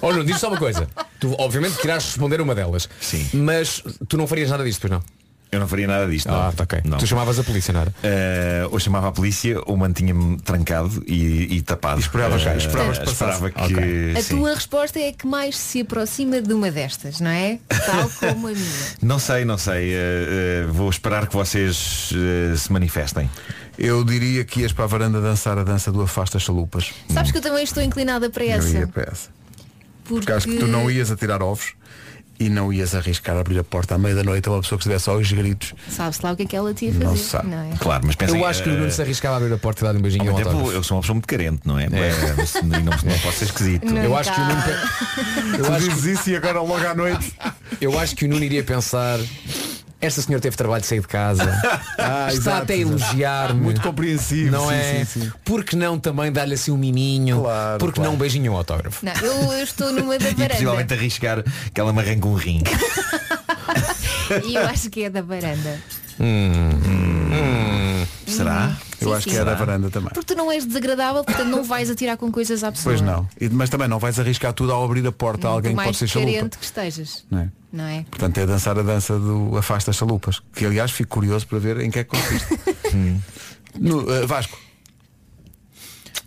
B: Ou não, diz só uma coisa. Tu obviamente que irás responder uma delas. Sim. Mas tu não farias nada disto, pois não?
K: Eu não faria nada disto.
B: Ah, tá ok. Tu chamavas a polícia, não era?
K: Eh, ou chamava a polícia ou mantinha-me trancado e, e tapado.
A: esperavas-
K: Eh,
A: esperavas que passasse.
K: esperava que.
D: A
K: sim.
D: tua resposta é a que mais se aproxima de uma destas, não é? Tal como a minha.
K: Não sei, não sei. Eh, eh, vou esperar que vocês eh, se manifestem.
A: Eu diria que ias para a varanda dançar a dança do Afasta Chalupas.
D: Sabes que eu também estou inclinada para
A: Eu ia
D: essa.
A: para essa.
D: Porque,
A: Porque acho que tu não ias atirar ovos e não ias arriscar a abrir a porta à meia da noite a uma pessoa que estivesse aos gritos.
D: Sabe-se lá o que é que ela tinha a fazer.
A: Não sabe.
D: é?
K: Claro, mas pensem,
B: Eu acho que o Nuno
K: eh,
B: se arriscava a abrir a porta e dar um beijinho e um
K: Ao mesmo tempo,
B: autógrafo.
K: eu sou uma pessoa muito carente, não é? Eh, não, não posso ser esquisito.
B: eu acho que o Nuno pe- eu acho que...
A: isso e agora logo à noite.
B: Eu acho que o Nuno iria pensar. Esta senhora teve trabalho de sair de casa. Está
A: exato,
B: até a
A: exato.
B: elogiar-me.
A: Muito compreensivo,
B: É. Não
A: sim,
B: é?
A: sim, sim.
B: Porque não também dar-lhe assim um miminho? porque não um beijinho e um autógrafo?
D: Não, eu, eu estou numa da
K: E possivelmente
D: varanda.
K: arriscar que ela me arranque um rim.
D: E eu acho que é da varanda.
K: Será?
A: Eu
D: Sim,
A: acho
D: sim.
A: que é da varanda também.
D: Porque tu não és desagradável, portanto não vais atirar com coisas à pessoa.
A: Pois não. E- mas também não vais arriscar tudo ao abrir a porta a
D: Muito
A: alguém que
D: mais
A: pode ser chalupa.
D: carente que estejas.
A: Não é?
D: Não é?
A: Portanto, é dançar a dança do Afasta as Chalupas. Que aliás fico curioso para ver em que é que consiste. No, eh, Vasco.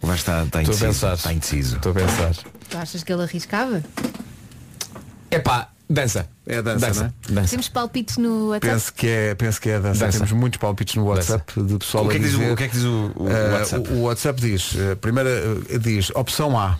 K: Vai estar, está
B: Estou a
K: indeciso.
B: pensar.
K: Está indeciso.
B: Estou a pensar.
D: Tu achas que ele arriscava?
B: Epá, dança.
A: É dança,
B: dança.
A: não
B: Dança.
D: Temos palpites no WhatsApp.
A: Penso que é, penso que é dança.
B: Dança.
A: Temos muitos palpites no WhatsApp de pessoal
K: O que
A: a
K: é que diz o-
A: dizer.
K: o que é que diz o- o
A: Eh,
K: WhatsApp?
A: o WhatsApp diz, eh, primeira eh, diz, opção A.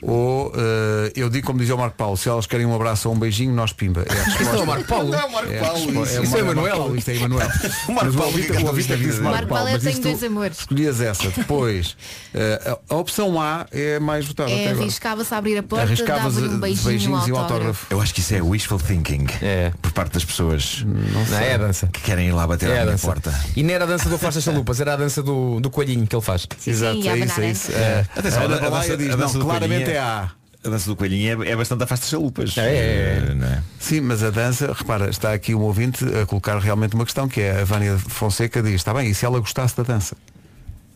A: Ou eh, eu digo como dizia o Marco Paulo, se elas querem um abraço ou um beijinho, nós pimba. É a resposta.
B: Isto é o Marco Paulo?
A: Não, é o Marco
B: É a
A: Paulo.
B: resposta- é o Mar- Marco Paulo,
A: Isto é Emanuel.
K: O
A: Mas
K: Marco Paulo,
A: ouvinte-
K: o que é que
A: o ouvinte
K: ele diz da
A: disse
K: vida?
D: Marco Paulo,
A: mas
D: eu
A: isto
D: tenho dois amores.
A: Escolhias essa. Depois, eh, a a opção A é a mais votada
D: É,
A: até agora.
D: arriscava-se a abrir a porta,
A: Arriscavas
D: dava-lhe
A: de
D: um beijinho,
A: beijinhos e um
D: um
A: autógrafo.
D: autógrafo.
K: Eu acho que isso é wishful thinking por parte das pessoas
B: É. Não, é a dança.
K: que querem ir lá bater
B: É
K: à
B: a
K: minha
B: dança.
K: porta.
B: E não era a dança do Afasta Chalupas, era a dança do, do coelhinho que ele faz.
A: Exato, é isso, é isso. É.
K: Atenção,
A: A Ana
K: a dança-
A: Balaia
K: a
A: diz,
K: dança
A: não,
K: do
A: claramente
K: coelhinho
A: é A.
K: A dança do coelhinho é, é bastante afasta chalupas.
A: É,
K: Não é?
A: Sim, mas a dança, repara, está aqui um ouvinte a colocar realmente uma questão, que é a Vânia Fonseca diz, está bem, e se ela gostasse da dança?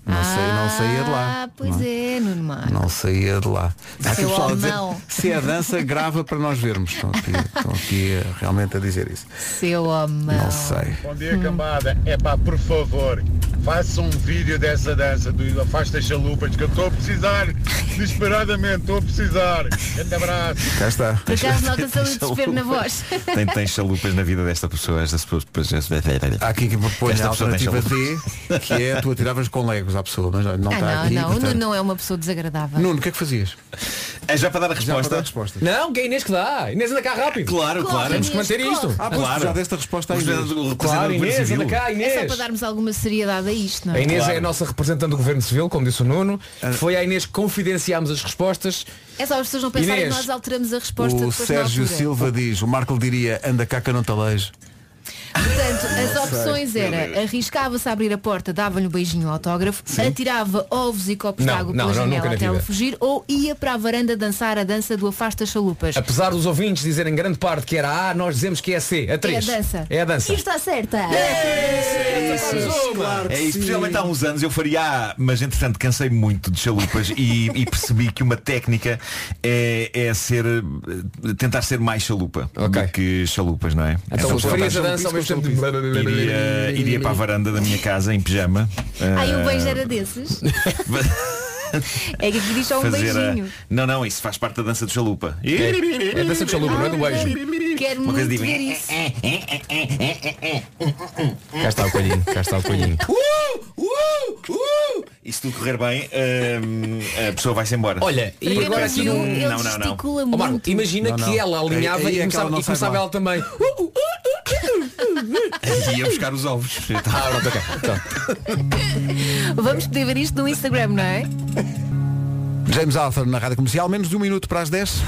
A: Não, sei, não saía de lá.
D: Ah, pois é, Nuno Marco.
A: Não saía de lá. Há aqui
D: Seu
A: pessoal a dizer,
D: homão.
A: se é a dança, grava para nós vermos. Estão aqui, estão aqui eh, realmente a dizer isso.
D: Seu homem.
A: Não sei.
J: Bom dia, cambada. É pá, por favor, faça um vídeo dessa dança do Afasta Chalupas que eu estou a precisar. Desesperadamente, estou a precisar. Grande abraço.
A: Cá está.
D: Por acaso nota-se ali o desespero na voz.
K: Tem, tem chalupas na vida desta pessoa. Esta pessoa depois.
A: Há
K: Eh,
A: aqui que propõe a
K: Esta pessoa tem
A: alternativa D, que é tu atiravas com legos à pessoa, mas não
D: ah,
A: está
D: não,
A: aqui.
D: não, o
A: tá portanto-
D: Nuno não é uma pessoa desagradável.
A: Nuno, o que é que fazias?
K: É já para dar a
A: Já para dar a
K: resposta.
A: resposta.
B: Não, que é a Inês que dá. Inês anda cá rápido.
K: Claro,
D: Corre,
K: claro.
D: Inês,
B: Temos que manter
D: corre.
B: isto.
A: Ah, pois tu já deste a resposta aí.
K: Representante do-
B: Claro,
K: representante do governo
B: Inês, anda
K: civil.
B: cá, Inês.
D: É só para darmos alguma seriedade a isto, não
B: A
D: é?
B: Inês
K: Claro.
B: é a nossa representante do Governo Civil, como disse o Nuno. Foi à Inês que confidenciámos as respostas.
D: É só as pessoas não pensarem
B: Inês,
D: que nós alteramos a resposta
A: O
D: depois na
A: Sérgio
D: altura.
A: Silva diz, o Marco diria, anda cá que eu não te alejo.
D: Portanto, as opções era arriscava-se a abrir a porta, dava-lhe um beijinho ao autógrafo, atirava ovos e copos de
B: Não,
D: água pela
B: não, não, nunca
D: janela
B: na
D: até ela
B: vida.
D: fugir ou ia para a varanda dançar a dança do afasta chalupas. É
B: Apesar dos ouvintes dizerem grande parte que era A, nós dizemos que é C, a 3.
D: É a dança.
B: É a dança. É
Q: está certa!
K: É isso, especialmente há uns anos eu faria A, mas entretanto cansei muito de chalupas e, e percebi que uma técnica é, é ser eh, tentar ser mais chalupa do que chalupas, não é?
B: Então,
K: só
B: farias a
K: tentar-
B: dança ao mesmo tempo.
K: iria, iria para a varanda da minha casa em pijama.
D: Aí o
K: eh,
D: um beijo era desses. é que aqui diz só um
K: fazer a-
D: beijinho.
K: Não, não, isso faz parte da dança de chalupa.
B: É a dança de chalupa, não é do beijo.
D: Quero
K: Uma
D: muito
K: coisa
D: ver
K: de-
D: isso.
B: Cá está o colhinho, cá está o colhinho. Uh,
K: E se tudo correr bem, eh, a pessoa vai-se embora.
B: Olha, e
D: Porque
B: agora
D: ele
B: aqui
D: não-
B: um...
D: ele
K: Não, não, não.
D: gesticula
B: Ó, Marco,
D: muito.
B: imagina
A: Não, não.
B: que ela alinhava
A: Aí- aí é
B: e
A: que ela
B: começava,
A: não
B: e começava
A: sai
B: ela também.
K: Ia Um buscar os ovos.
B: Ah, pronto, ok. Então,
D: Vamos poder ver isto no Instagram, não é?
A: James Arthur na Rádio Comercial, menos de um minuto para as 10.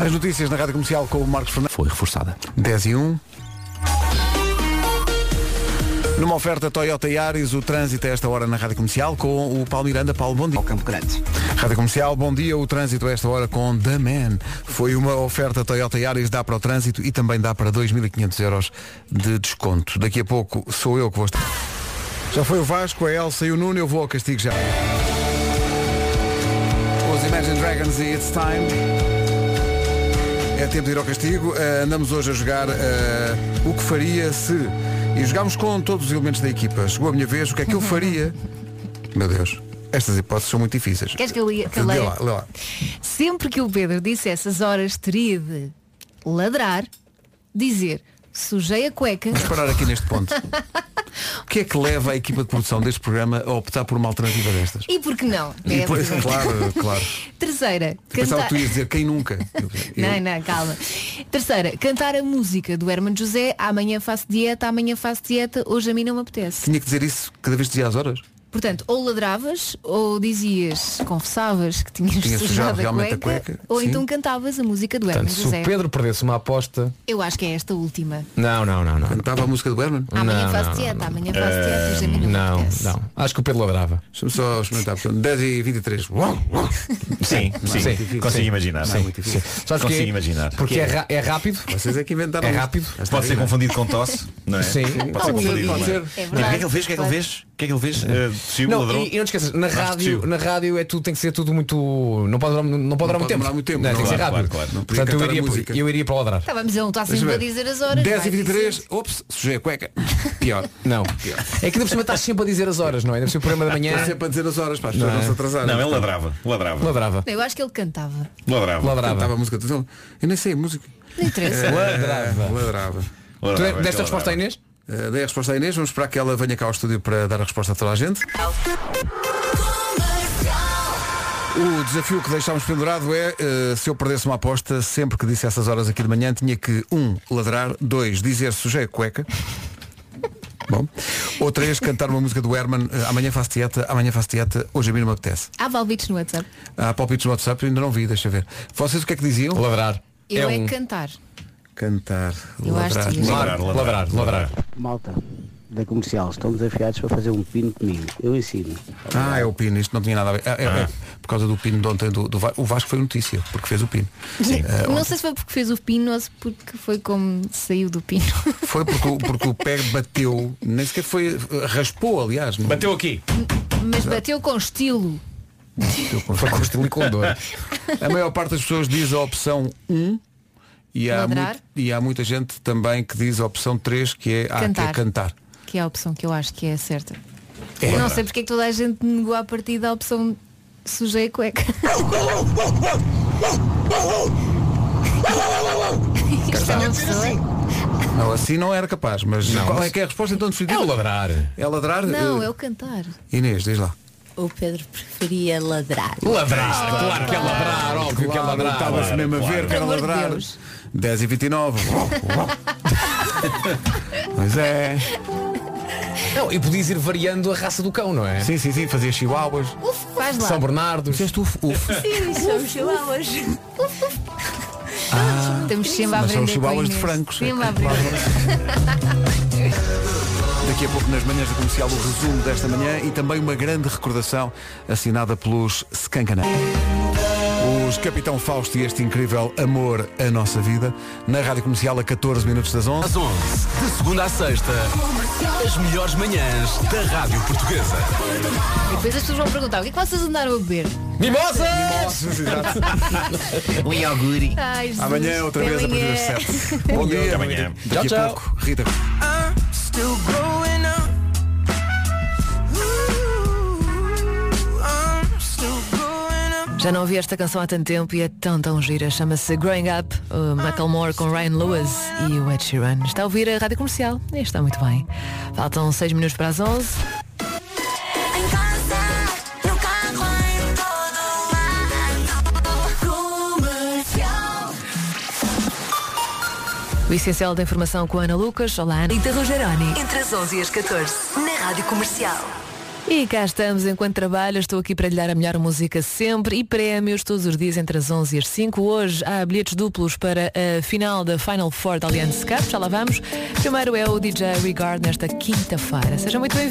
A: As notícias na Rádio Comercial com o Marcos Fernandes.
B: Foi reforçada.
A: 10 e 1. Numa oferta Toyota Yaris, o trânsito a esta hora na Rádio Comercial com o Paulo Miranda. Paulo, bom dia.
C: Ao Campo Grande.
A: Rádio Comercial, bom dia. O trânsito a esta hora com The Man. Foi uma oferta Toyota Yaris, dá para o trânsito e também dá para 2.500 euros de desconto. Daqui a pouco sou eu que vou estar. Já foi o Vasco, a Elsa e o Nuno, eu vou ao castigo já. Os Imagine Dragons e It's Time. É tempo de ir ao castigo. Eh, andamos hoje a jogar eh, o que faria se. E jogámos com todos os elementos da equipa. Chegou a minha vez, o que é que eu faria? Meu Deus, estas hipóteses são muito difíceis.
D: Queres que eu lia- que eu
A: Lê
D: leia?
A: lá, lê lá.
D: Sempre que o Pedro dissesse as horas, teria de ladrar, dizer sujei a cueca.
A: Vamos parar aqui neste ponto. o que é que leva a equipa de produção deste programa a optar por uma alternativa destas?
D: E por que não?
A: E
D: É a
A: depois,
D: pergunta.
A: claro, claro.
D: Terceira,
A: Tipo, Pensava que
D: cantar...
A: tu ias dizer quem nunca. Tipo, Eu-
D: Não, não, calma. Terceira, cantar a música do Herman José, amanhã faço dieta, amanhã faço dieta, hoje a mim não me apetece.
A: Tinha que dizer isso cada vez que dizia às horas?
D: Portanto, ou ladravas, ou dizias, confessavas que tinhas,
B: Tinha sujado
D: sujado a
B: realmente
D: cueca,
B: a cueca,
D: ou
B: sim.
D: então cantavas a música do
B: Portanto,
D: Herman
B: se o
D: José.
B: Pedro perdesse uma aposta.
D: Eu acho que é esta última.
B: Não, não, não, não. Cantava a música do Herman?
D: Amanhã faço dieta, amanhã faço dieta, hoje é a mim não me
B: Não,
D: apetece.
B: não. Acho que o Pedro ladrava.
A: Deixa-me só experimentar. Portanto, 10 e 23. Uau, uau.
K: Sim,
A: Não é
K: sim,
A: muito difícil.
K: consigo imaginar.
A: Não é
K: Sim,
A: muito difícil.
K: sim. Sabes Consigo porquê? imaginar.
B: Porque é, ra- é rápido.
A: Vocês é que inventaram.
B: É rápido.
A: isto.
K: Pode ser confundido com tosse, não é?
B: Sim.
K: Pode ser
B: Pode ser,
K: confundido.
B: pode
K: não
B: ser. É
K: Diz, O que
B: verdade.
K: é que ele fez? O que é que ele fez? O que é que ele fez? Eh, Desceu,
B: Não,
K: ladrou.
B: e, e não te esqueças, na
K: Acho que
B: rádio,
K: desceu.
B: na rádio é tudo, tem que ser tudo muito. Não pode durar, não pode durar muito
A: pode
B: tempo.
A: demorar muito tempo,
B: Não,
A: não,
B: tem que ser
A: claro,
B: rápido.
A: claro, claro. Não podia
B: Portanto, eu
A: cantar a
B: iria,
A: música.
B: eu iria para o ladrar.
D: Tá, vamos, ele não está
A: Deixa
D: sempre a
A: ver.
D: dizer as horas.
A: 10
D: vai
A: e 23. Ops, sujei a cueca. Pior.
B: Não.
A: Pior.
B: É que ainda por cima estás sempre a dizer as horas, não é? Deve ser o programa da manhã.
A: Está sempre a dizer as horas, para as
B: Não
A: pessoas
B: é?
A: não se atrasarem.
K: Não, ele ladrava. Ladrava.
B: Ladrava.
D: Eu acho que ele cantava.
K: Ladrava.
B: Ladrava.
A: Cantava a música. Atenção, Eu nem sei a música.
D: Não interessa.
A: Eh,
B: É. Ladrava.
A: Ladrava.
B: Tu deste a resposta à Inês?
A: Eh, Dei a resposta à Inês, vamos esperar que ela venha cá ao estúdio para dar a resposta a toda a gente. O desafio que deixámos pendurado é eh, se eu perdesse uma aposta, sempre que disse essas horas aqui de manhã, tinha que um, ladrar, dois, dizer sujei a cueca. Bom. Ou três, cantar uma música do Herman, eh, amanhã faço dieta, amanhã faço dieta, hoje a mim não me apetece.
D: Há Valbites no WhatsApp.
A: Há palpites no WhatsApp, eu ainda não vi, deixa ver. Vocês o que é que diziam?
B: Ladrar.
D: Eu
B: um.
D: é, cantar.
A: Cantar,
D: Eu acho
A: ladrar,
D: que ia.
A: ladrar, ladrar, ladrar.
R: Malta da comercial, estão desafiados para fazer um pino comigo. Eu ensino.
A: Ah, é o pino, isto não tinha nada a ver. Ah, é- é por causa do pino de ontem do, do Va- O Vasco foi notícia, porque fez o pino.
B: é
A: Ah,
D: não
A: ontem.
D: sei se foi porque fez o pino ou se porque foi como saiu do pino.
A: Foi porque, o- porque o pé bateu, nem sequer foi. raspou, aliás.
K: Bateu aqui.
D: Mas bateu com estilo.
A: Foi com estilo e com dor. A maior parte das pessoas diz a opção 1 e há,
D: Ladrar.
A: muito- e há muita gente também que diz a opção 3, que é, ah, que é
D: Cantar.
A: cantar.
D: Que é a opção que eu acho que é a certa.
A: É.
D: Não sei porque é que toda a gente negou a partir da opção sujei a cueca. Isto é uma pessoa.
A: Não, assim não era capaz, mas qual é que é a resposta então decidida? É o
B: ladrar.
A: É ladrar?
Q: Não,
A: Eh,
Q: é o
D: cantar.
A: Inês, diz lá.
Q: O Pedro preferia ladrar.
B: Ladrar, claro que é ladrar, óbvio que é ladrar.
A: Estava-se
B: Claro,
A: mesmo a
B: claro.
A: ver que era
B: Pelo amor de
A: ladrar.
B: Deus.
A: 10 e 29. pois é.
B: Não, e podias ir variando a raça do cão, não é?
A: Sim, sim, sim, fazia chihuahuas.
D: Faz lá.
B: São Bernardos. Fizeste
A: uf, uf.
Q: Sim, somos chihuahuas.
D: Estamos sempre a
A: mas são
D: aprender. com a
A: chihuahuas de
D: Inês.
A: francos. é
D: Sempre a aprender.
A: Daqui a pouco nas manhãs da comercial o resumo desta manhã e também uma grande recordação assinada pelos Scancana. Os Capitão Fausto e este incrível amor à nossa vida na Rádio Comercial a 14 minutos das 11.
E: Às 11, de segunda à sexta, as melhores manhãs da Rádio Portuguesa.
D: E depois as pessoas vão perguntar, o que é que vocês andaram a beber?
B: Mimosas!
A: Mimosas, exato.
D: um ioguri. Ai, Jesus.
A: Amanhã outra vez a partir das
D: Amanhã.
A: 7. Bom dia.
K: Até amanhã.
A: Daqui
K: Tchau,
A: a
K: tchau.
A: pouco, Rita.
M: I'm still growing up. Ooh, I'm still growing up.
U: Já não ouvi esta canção há tanto tempo e é tão tão gira. Chama-se Growing Up,
D: Ah,
U: uh, Macklemore com Ryan Lewis e o Ed Sheeran. Está a ouvir a rádio comercial e está muito bem. Faltam 6 minutos para as 11.
M: No carro, em todo lado. Comercial.
U: O essencial da informação com a Ana Lucas. Olá, Ana. Rita Rogeroni.
V: Entre as 11 e as 14, na Rádio Comercial.
U: E cá estamos enquanto trabalho, estou aqui para lhe dar a melhor música sempre e prémios todos os dias entre as 11 e as 5. Hoje há bilhetes duplos para a final da Final Four da Allianz Cup, já lá vamos. Primeiro é o DJ Regard nesta quinta-feira. Seja muito bem